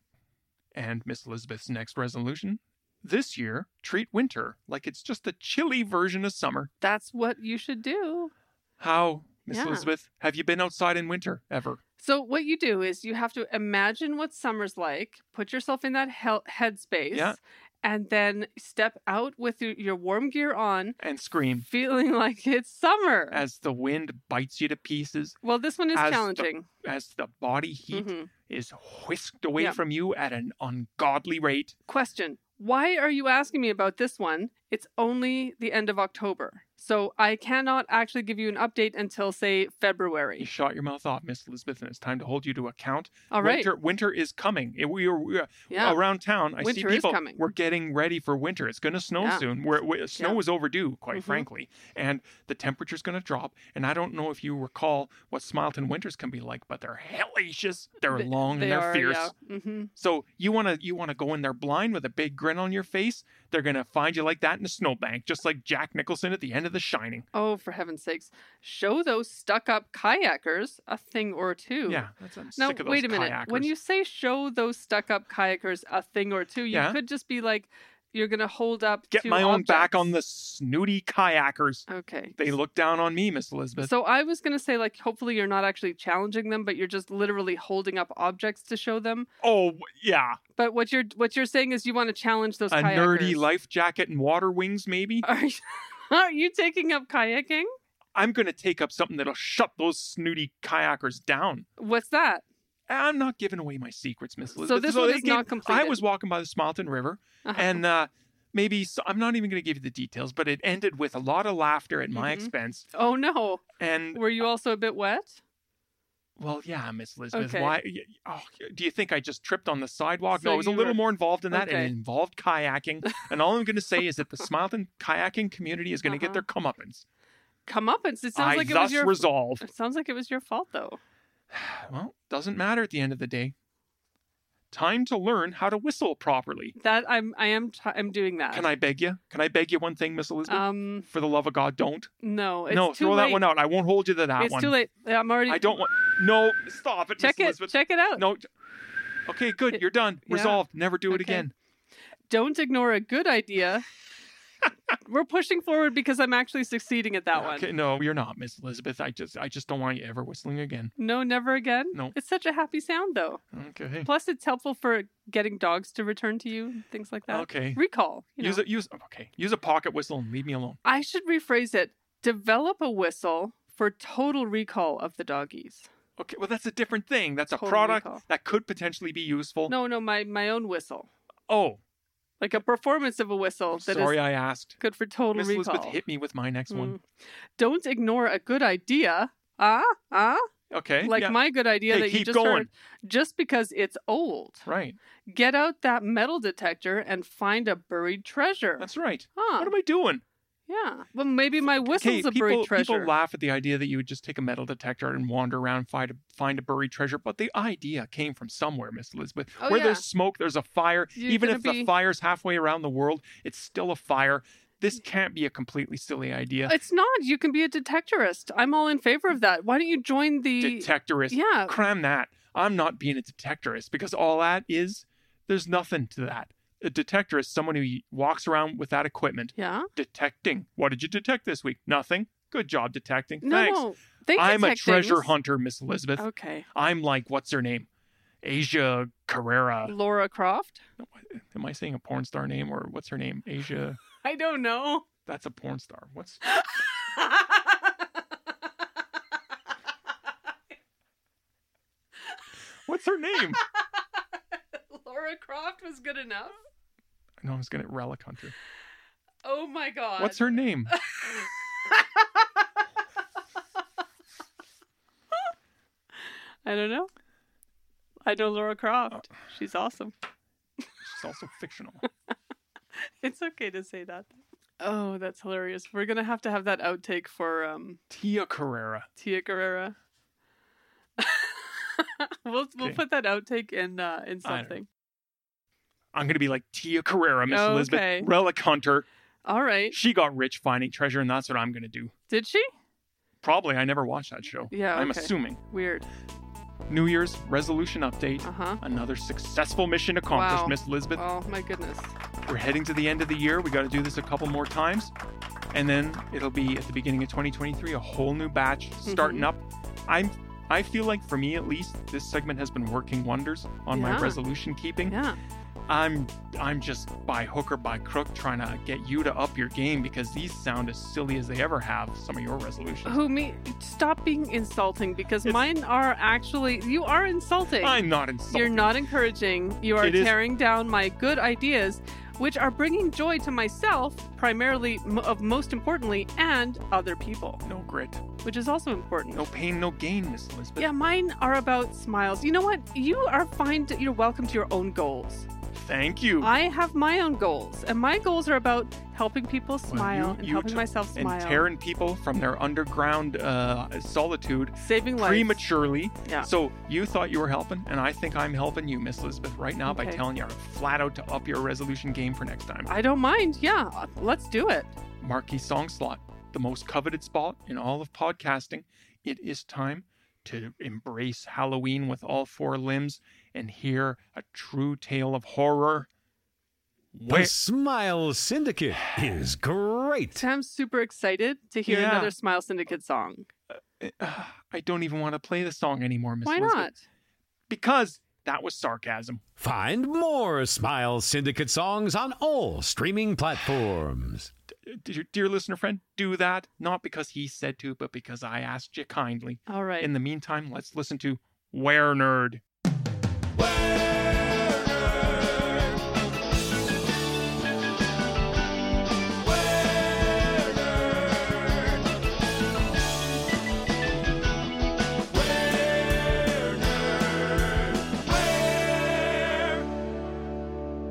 Speaker 2: and miss elizabeth's next resolution this year treat winter like it's just the chilly version of summer
Speaker 1: That's what you should do.
Speaker 2: how miss
Speaker 1: Yeah.
Speaker 2: elizabeth have you been outside in winter ever
Speaker 1: So what you do is you have to imagine what summer's like, put yourself in that hel- headspace,
Speaker 2: Yeah.
Speaker 1: and then step out with your, your warm gear on,
Speaker 2: and scream
Speaker 1: feeling *laughs* like it's summer.
Speaker 2: as the wind bites you to pieces
Speaker 1: well, this one is
Speaker 2: as the
Speaker 1: challenging.
Speaker 2: as the body heat
Speaker 1: Mhm.
Speaker 2: is whisked away
Speaker 1: Yeah.
Speaker 2: from you at an ungodly rate.
Speaker 1: Question: Why are you asking me about this one? It's only the end of October, so I cannot actually give you an update until say
Speaker 2: You
Speaker 1: February.
Speaker 2: shut your mouth off, Miss Elizabeth, and it's time to hold you to account.
Speaker 1: All right,
Speaker 2: Winter, winter is coming. It- We are, we are
Speaker 1: yeah.
Speaker 2: around town. I
Speaker 1: Winter is
Speaker 2: see people.
Speaker 1: coming.
Speaker 2: We're getting ready for winter. It's going to snow
Speaker 1: Yeah.
Speaker 2: soon. We're, we snow
Speaker 1: Yeah.
Speaker 2: is overdue, quite
Speaker 1: Mhm.
Speaker 2: frankly, and the temperature's going to drop. And I don't know if you recall what Smileton winters can be like, but they're hellacious. They're
Speaker 1: They-
Speaker 2: long and they're fierce.
Speaker 1: hmm
Speaker 2: So you want to you want to go in there blind with a big grin on your face. They're going to find you like that in a snowbank, just like Jack Nicholson at the end of The Shining.
Speaker 1: Oh, for heaven's sakes! Show those stuck-up kayakers a thing or two.
Speaker 2: Yeah, that's, I'm
Speaker 1: Now,
Speaker 2: sick of those
Speaker 1: wait a minute. When
Speaker 2: kayakers.
Speaker 1: you say show those stuck up kayakers a thing or two, you
Speaker 2: Yeah.
Speaker 1: could just be like, you're going to hold up.
Speaker 2: get
Speaker 1: two
Speaker 2: my own back on
Speaker 1: objects.
Speaker 2: the snooty kayakers,
Speaker 1: Okay.
Speaker 2: they look down on me, Miss Elizabeth.
Speaker 1: so I was going to say, like, hopefully you're not actually challenging them, but you're just literally holding up objects to show them.
Speaker 2: oh yeah,
Speaker 1: But what you're what you're saying is you want to challenge those
Speaker 2: a
Speaker 1: kayakers.
Speaker 2: nerdy life jacket and water wings, maybe.
Speaker 1: *laughs* Are you, are you taking up kayaking?
Speaker 2: I'm gonna take up something that'll shut those snooty kayakers down.
Speaker 1: What's that?
Speaker 2: I'm not giving away my secrets, Miss
Speaker 1: So
Speaker 2: Elizabeth.
Speaker 1: this one
Speaker 2: they
Speaker 1: is not
Speaker 2: I
Speaker 1: completed.
Speaker 2: was walking by the Smileton River.
Speaker 1: Uh-huh.
Speaker 2: and uh, maybe so, I'm not even going to give you the details, but it ended with a lot of laughter at my
Speaker 1: Mhm.
Speaker 2: expense.
Speaker 1: oh no,
Speaker 2: And
Speaker 1: were you also a bit wet?
Speaker 2: well, yeah, Miss Elizabeth,
Speaker 1: Okay.
Speaker 2: why? y- Oh, do you think I just tripped on the sidewalk?
Speaker 1: So
Speaker 2: no, I was a
Speaker 1: you
Speaker 2: little
Speaker 1: were-
Speaker 2: more involved in that, and
Speaker 1: Okay.
Speaker 2: it involved kayaking. and all I'm going to say is that the Smileton kayaking community is going to
Speaker 1: Uh-huh.
Speaker 2: get their comeuppance.
Speaker 1: Come up, it sounds
Speaker 2: I
Speaker 1: like it
Speaker 2: thus
Speaker 1: was your. *laughs*
Speaker 2: resolve.
Speaker 1: it sounds like it was your fault though.
Speaker 2: Well, doesn't matter at the end of the day. Time to learn how to whistle properly.
Speaker 1: That I'm I am t- I'm doing that.
Speaker 2: Can I beg you? Can I beg you one thing, Miss Elizabeth?
Speaker 1: Um,
Speaker 2: For the love of God, don't.
Speaker 1: no, it's
Speaker 2: no,
Speaker 1: too
Speaker 2: throw
Speaker 1: late.
Speaker 2: that one out. I won't hold you to that
Speaker 1: it's
Speaker 2: one.
Speaker 1: too late. I'm already.
Speaker 2: I don't want. No, stop it,
Speaker 1: check it.
Speaker 2: Miss Elizabeth.
Speaker 1: Check it out.
Speaker 2: No. t- Okay, good. You're done.
Speaker 1: Yeah.
Speaker 2: Resolved. Never do it
Speaker 1: Okay.
Speaker 2: again.
Speaker 1: Don't ignore a good
Speaker 2: *laughs*
Speaker 1: idea. We're pushing forward because I'm actually succeeding at that
Speaker 2: Okay,
Speaker 1: one.
Speaker 2: no, you're not, Miss Elizabeth. I just, I just don't want you ever whistling again.
Speaker 1: No, never again.
Speaker 2: No.
Speaker 1: It's such a happy sound
Speaker 2: *laughs*
Speaker 1: though.
Speaker 2: Okay.
Speaker 1: Plus, it's helpful for getting dogs to return to you, and things like that.
Speaker 2: Okay.
Speaker 1: Recall. You know.
Speaker 2: Use a use. Okay. Use a pocket whistle and leave me alone.
Speaker 1: I should rephrase it. Develop a whistle for total recall of the doggies.
Speaker 2: Okay. Well, that's a different thing. That's a
Speaker 1: Total
Speaker 2: product
Speaker 1: recall.
Speaker 2: that could potentially be useful.
Speaker 1: No, no, my my own whistle,
Speaker 2: Oh,
Speaker 1: like a performance of a whistle that is
Speaker 2: sorry, I asked.
Speaker 1: good for total
Speaker 2: Miss
Speaker 1: recall.
Speaker 2: Elizabeth hit me with my next one.
Speaker 1: Mm. Don't ignore a good idea. Ah, ah,
Speaker 2: Okay.
Speaker 1: like
Speaker 2: Eh, yeah,
Speaker 1: my good idea
Speaker 2: Hey,
Speaker 1: that you
Speaker 2: keep
Speaker 1: just
Speaker 2: going.
Speaker 1: heard. Just because it's old,
Speaker 2: Right.
Speaker 1: get out that metal detector and find a buried treasure.
Speaker 2: That's right.
Speaker 1: huh?
Speaker 2: What am I doing?
Speaker 1: yeah. Well, maybe my whistle's a
Speaker 2: people,
Speaker 1: buried treasure.
Speaker 2: People laugh at the idea that you would just take a metal detector and wander around and find a, find a buried treasure, but the idea came from somewhere, Miss Elizabeth.
Speaker 1: Oh,
Speaker 2: Where
Speaker 1: yeah.
Speaker 2: there's smoke, there's a fire.
Speaker 1: You're
Speaker 2: Even
Speaker 1: gonna
Speaker 2: if the
Speaker 1: be-
Speaker 2: fire's halfway around the world, it's still a fire. This can't be a completely silly idea.
Speaker 1: It's not. You can be a detectorist. I'm all in favor of that. Why don't you join the?
Speaker 2: detectorist.
Speaker 1: yeah.
Speaker 2: Cram that. I'm not being a detectorist because all that is, there's nothing to that. A detectorist, someone who walks around with that equipment,
Speaker 1: yeah.
Speaker 2: detecting. What did you detect this week? Nothing. Good job detecting.
Speaker 1: No,
Speaker 2: Thanks.
Speaker 1: no, they
Speaker 2: I'm a
Speaker 1: detect
Speaker 2: treasure
Speaker 1: things.
Speaker 2: hunter, Miss Elizabeth.
Speaker 1: Okay,
Speaker 2: I'm like, what's her name? Asia Carrera.
Speaker 1: Laura Croft.
Speaker 2: Am I saying a porn star name or what's her name? Asia.
Speaker 1: *laughs* I don't know. *laughs*
Speaker 2: That's a porn star. What's what's her name?
Speaker 1: Laura Croft was good enough.
Speaker 2: No, I was gonna relic hunter.
Speaker 1: Oh my god.
Speaker 2: What's her name?
Speaker 1: I don't know. I know Laura
Speaker 2: Oh.
Speaker 1: Croft. She's awesome. *laughs*
Speaker 2: She's also fictional.
Speaker 1: It's okay to say that. Oh, that's hilarious. We're gonna have to have that outtake for um,
Speaker 2: Tia Carrera.
Speaker 1: Tia Guerrera. *laughs* we'll we'll
Speaker 2: Okay.
Speaker 1: put that outtake in uh, in
Speaker 2: I don't-
Speaker 1: something.
Speaker 2: I'm gonna be like Tia Carrera, Miss Elizabeth.
Speaker 1: Okay.
Speaker 2: Relic hunter.
Speaker 1: All right.
Speaker 2: She got rich finding treasure, and that's what I'm gonna do.
Speaker 1: Did she?
Speaker 2: Probably. I never watched that show.
Speaker 1: Yeah,
Speaker 2: I'm
Speaker 1: okay.
Speaker 2: assuming.
Speaker 1: Weird.
Speaker 2: New Year's resolution update.
Speaker 1: Uh huh.
Speaker 2: Another successful mission accomplished,
Speaker 1: Wow.
Speaker 2: Miss Elizabeth.
Speaker 1: Oh my
Speaker 2: *laughs*
Speaker 1: goodness.
Speaker 2: We're heading to the end of the year. We got to do this a couple more times. And then it'll be at the beginning of 2023, a whole new batch starting up.
Speaker 1: Mm-hmm.
Speaker 2: I'm I feel like for me at least, this segment has been working wonders on my
Speaker 1: Yeah.
Speaker 2: resolution keeping.
Speaker 1: Yeah.
Speaker 2: I'm I'm just by hook or by crook trying to get you to up your game because these sound as silly as they ever have, some of your resolutions.
Speaker 1: Who me? Stop being insulting because
Speaker 2: It's-
Speaker 1: mine are actually. You are insulting.
Speaker 2: I'm not insulted.
Speaker 1: You're not encouraging. You are
Speaker 2: It is-
Speaker 1: tearing down my good ideas, which are bringing joy to myself, primarily, m- of most importantly, and other people,
Speaker 2: no grit.
Speaker 1: which is also important.
Speaker 2: No pain, no gain, Miss Elizabeth.
Speaker 1: Yeah, mine are about smiles. You know what? You are fine. To, you're welcome to your own goals.
Speaker 2: Thank you.
Speaker 1: I have my own goals, and my goals are about helping people
Speaker 2: you-
Speaker 1: smile and
Speaker 2: you
Speaker 1: helping
Speaker 2: t-
Speaker 1: myself
Speaker 2: and
Speaker 1: smile,
Speaker 2: tearing people from their underground uh, solitude
Speaker 1: saving lives.
Speaker 2: prematurely.
Speaker 1: Yeah.
Speaker 2: So you thought you were helping, and I think I'm helping you, Miss Elizabeth, right now by
Speaker 1: Okay.
Speaker 2: telling you flat out to up your resolution game for next time.
Speaker 1: I don't mind. Yeah, let's do it.
Speaker 2: Marquee Song Slot, the most coveted spot in all of podcasting. It is time to embrace Halloween with all four limbs and hear a true tale of horror.
Speaker 3: The Smile Syndicate is great.
Speaker 1: I'm super excited to hear
Speaker 2: Yeah.
Speaker 1: another Smile Syndicate song.
Speaker 2: *sighs* I don't even want to play the song anymore, Miss
Speaker 1: Why
Speaker 2: Elizabeth.
Speaker 1: not?
Speaker 2: Because that was sarcasm.
Speaker 3: Find more Smile Syndicate songs on all streaming platforms.
Speaker 2: dear, dear listener friend, do that not because he said to, but because I asked you kindly.
Speaker 1: All right.
Speaker 2: In the meantime, let's listen to Where Nerd.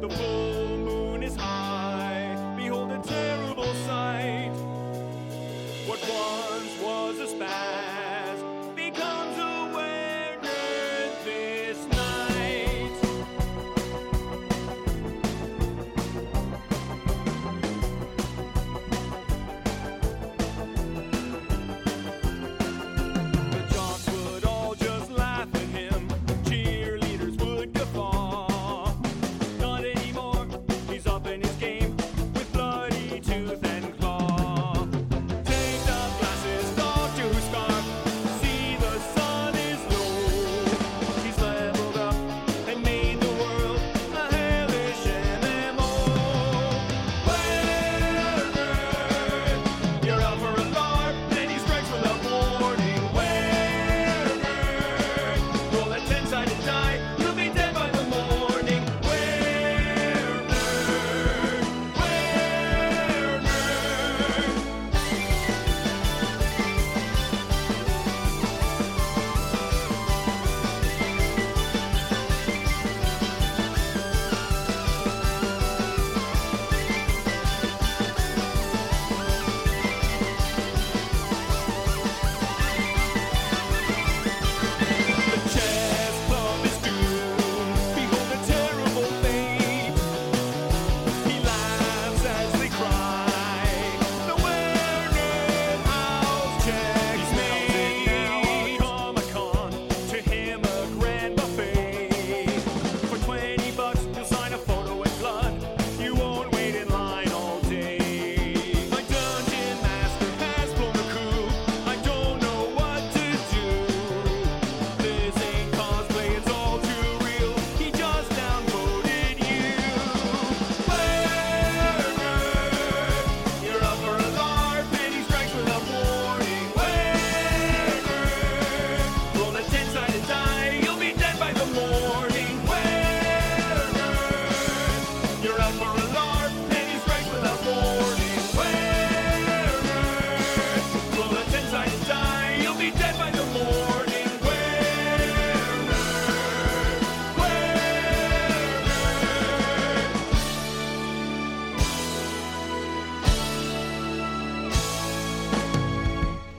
Speaker 4: The full moon is high, behold a terrible sight. What once was a spaz becomes a where nerd thing.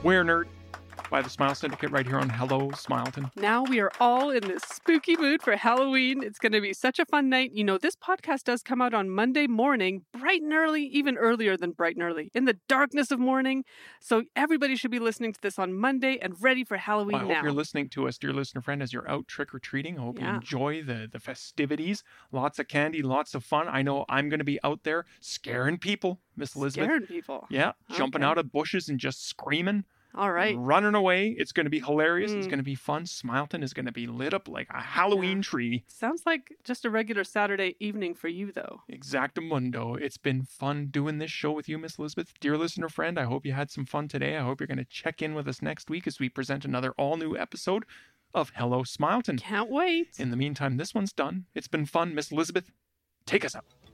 Speaker 2: Swear Nerd by the Smile Syndicate right here on Hello Smileton.
Speaker 1: Now we are all in this spooky mood for Halloween. It's going to be such a fun night. You know, this podcast does come out on Monday morning, bright and early, even earlier than bright and early, in the darkness of morning. So everybody should be listening to this on Monday and ready for Halloween
Speaker 2: I hope
Speaker 1: now.
Speaker 2: you're listening to us, dear listener friend, as you're out trick or treating. I hope you
Speaker 1: Yeah.
Speaker 2: enjoy the, the festivities. Lots of candy, lots of fun. I know I'm going to be out there scaring people, Miss Elizabeth.
Speaker 1: Scaring people.
Speaker 2: Yeah, jumping
Speaker 1: Okay.
Speaker 2: out of bushes and just screaming,
Speaker 1: All right.
Speaker 2: running away. It's going to be hilarious. It's
Speaker 1: Mm.
Speaker 2: going to be fun. Smileton is going to be lit up like a Halloween tree.
Speaker 1: Sounds like just a regular Saturday evening for you, though.
Speaker 2: Exactamundo. It's been fun doing this show with you, Miss Elizabeth. Dear listener friend, I hope you had some fun today. I hope you're going to check in with us next week as we present another all new episode of Hello Smileton.
Speaker 1: Can't wait.
Speaker 2: In the meantime, this one's done. It's been fun, Miss Elizabeth. Take us out.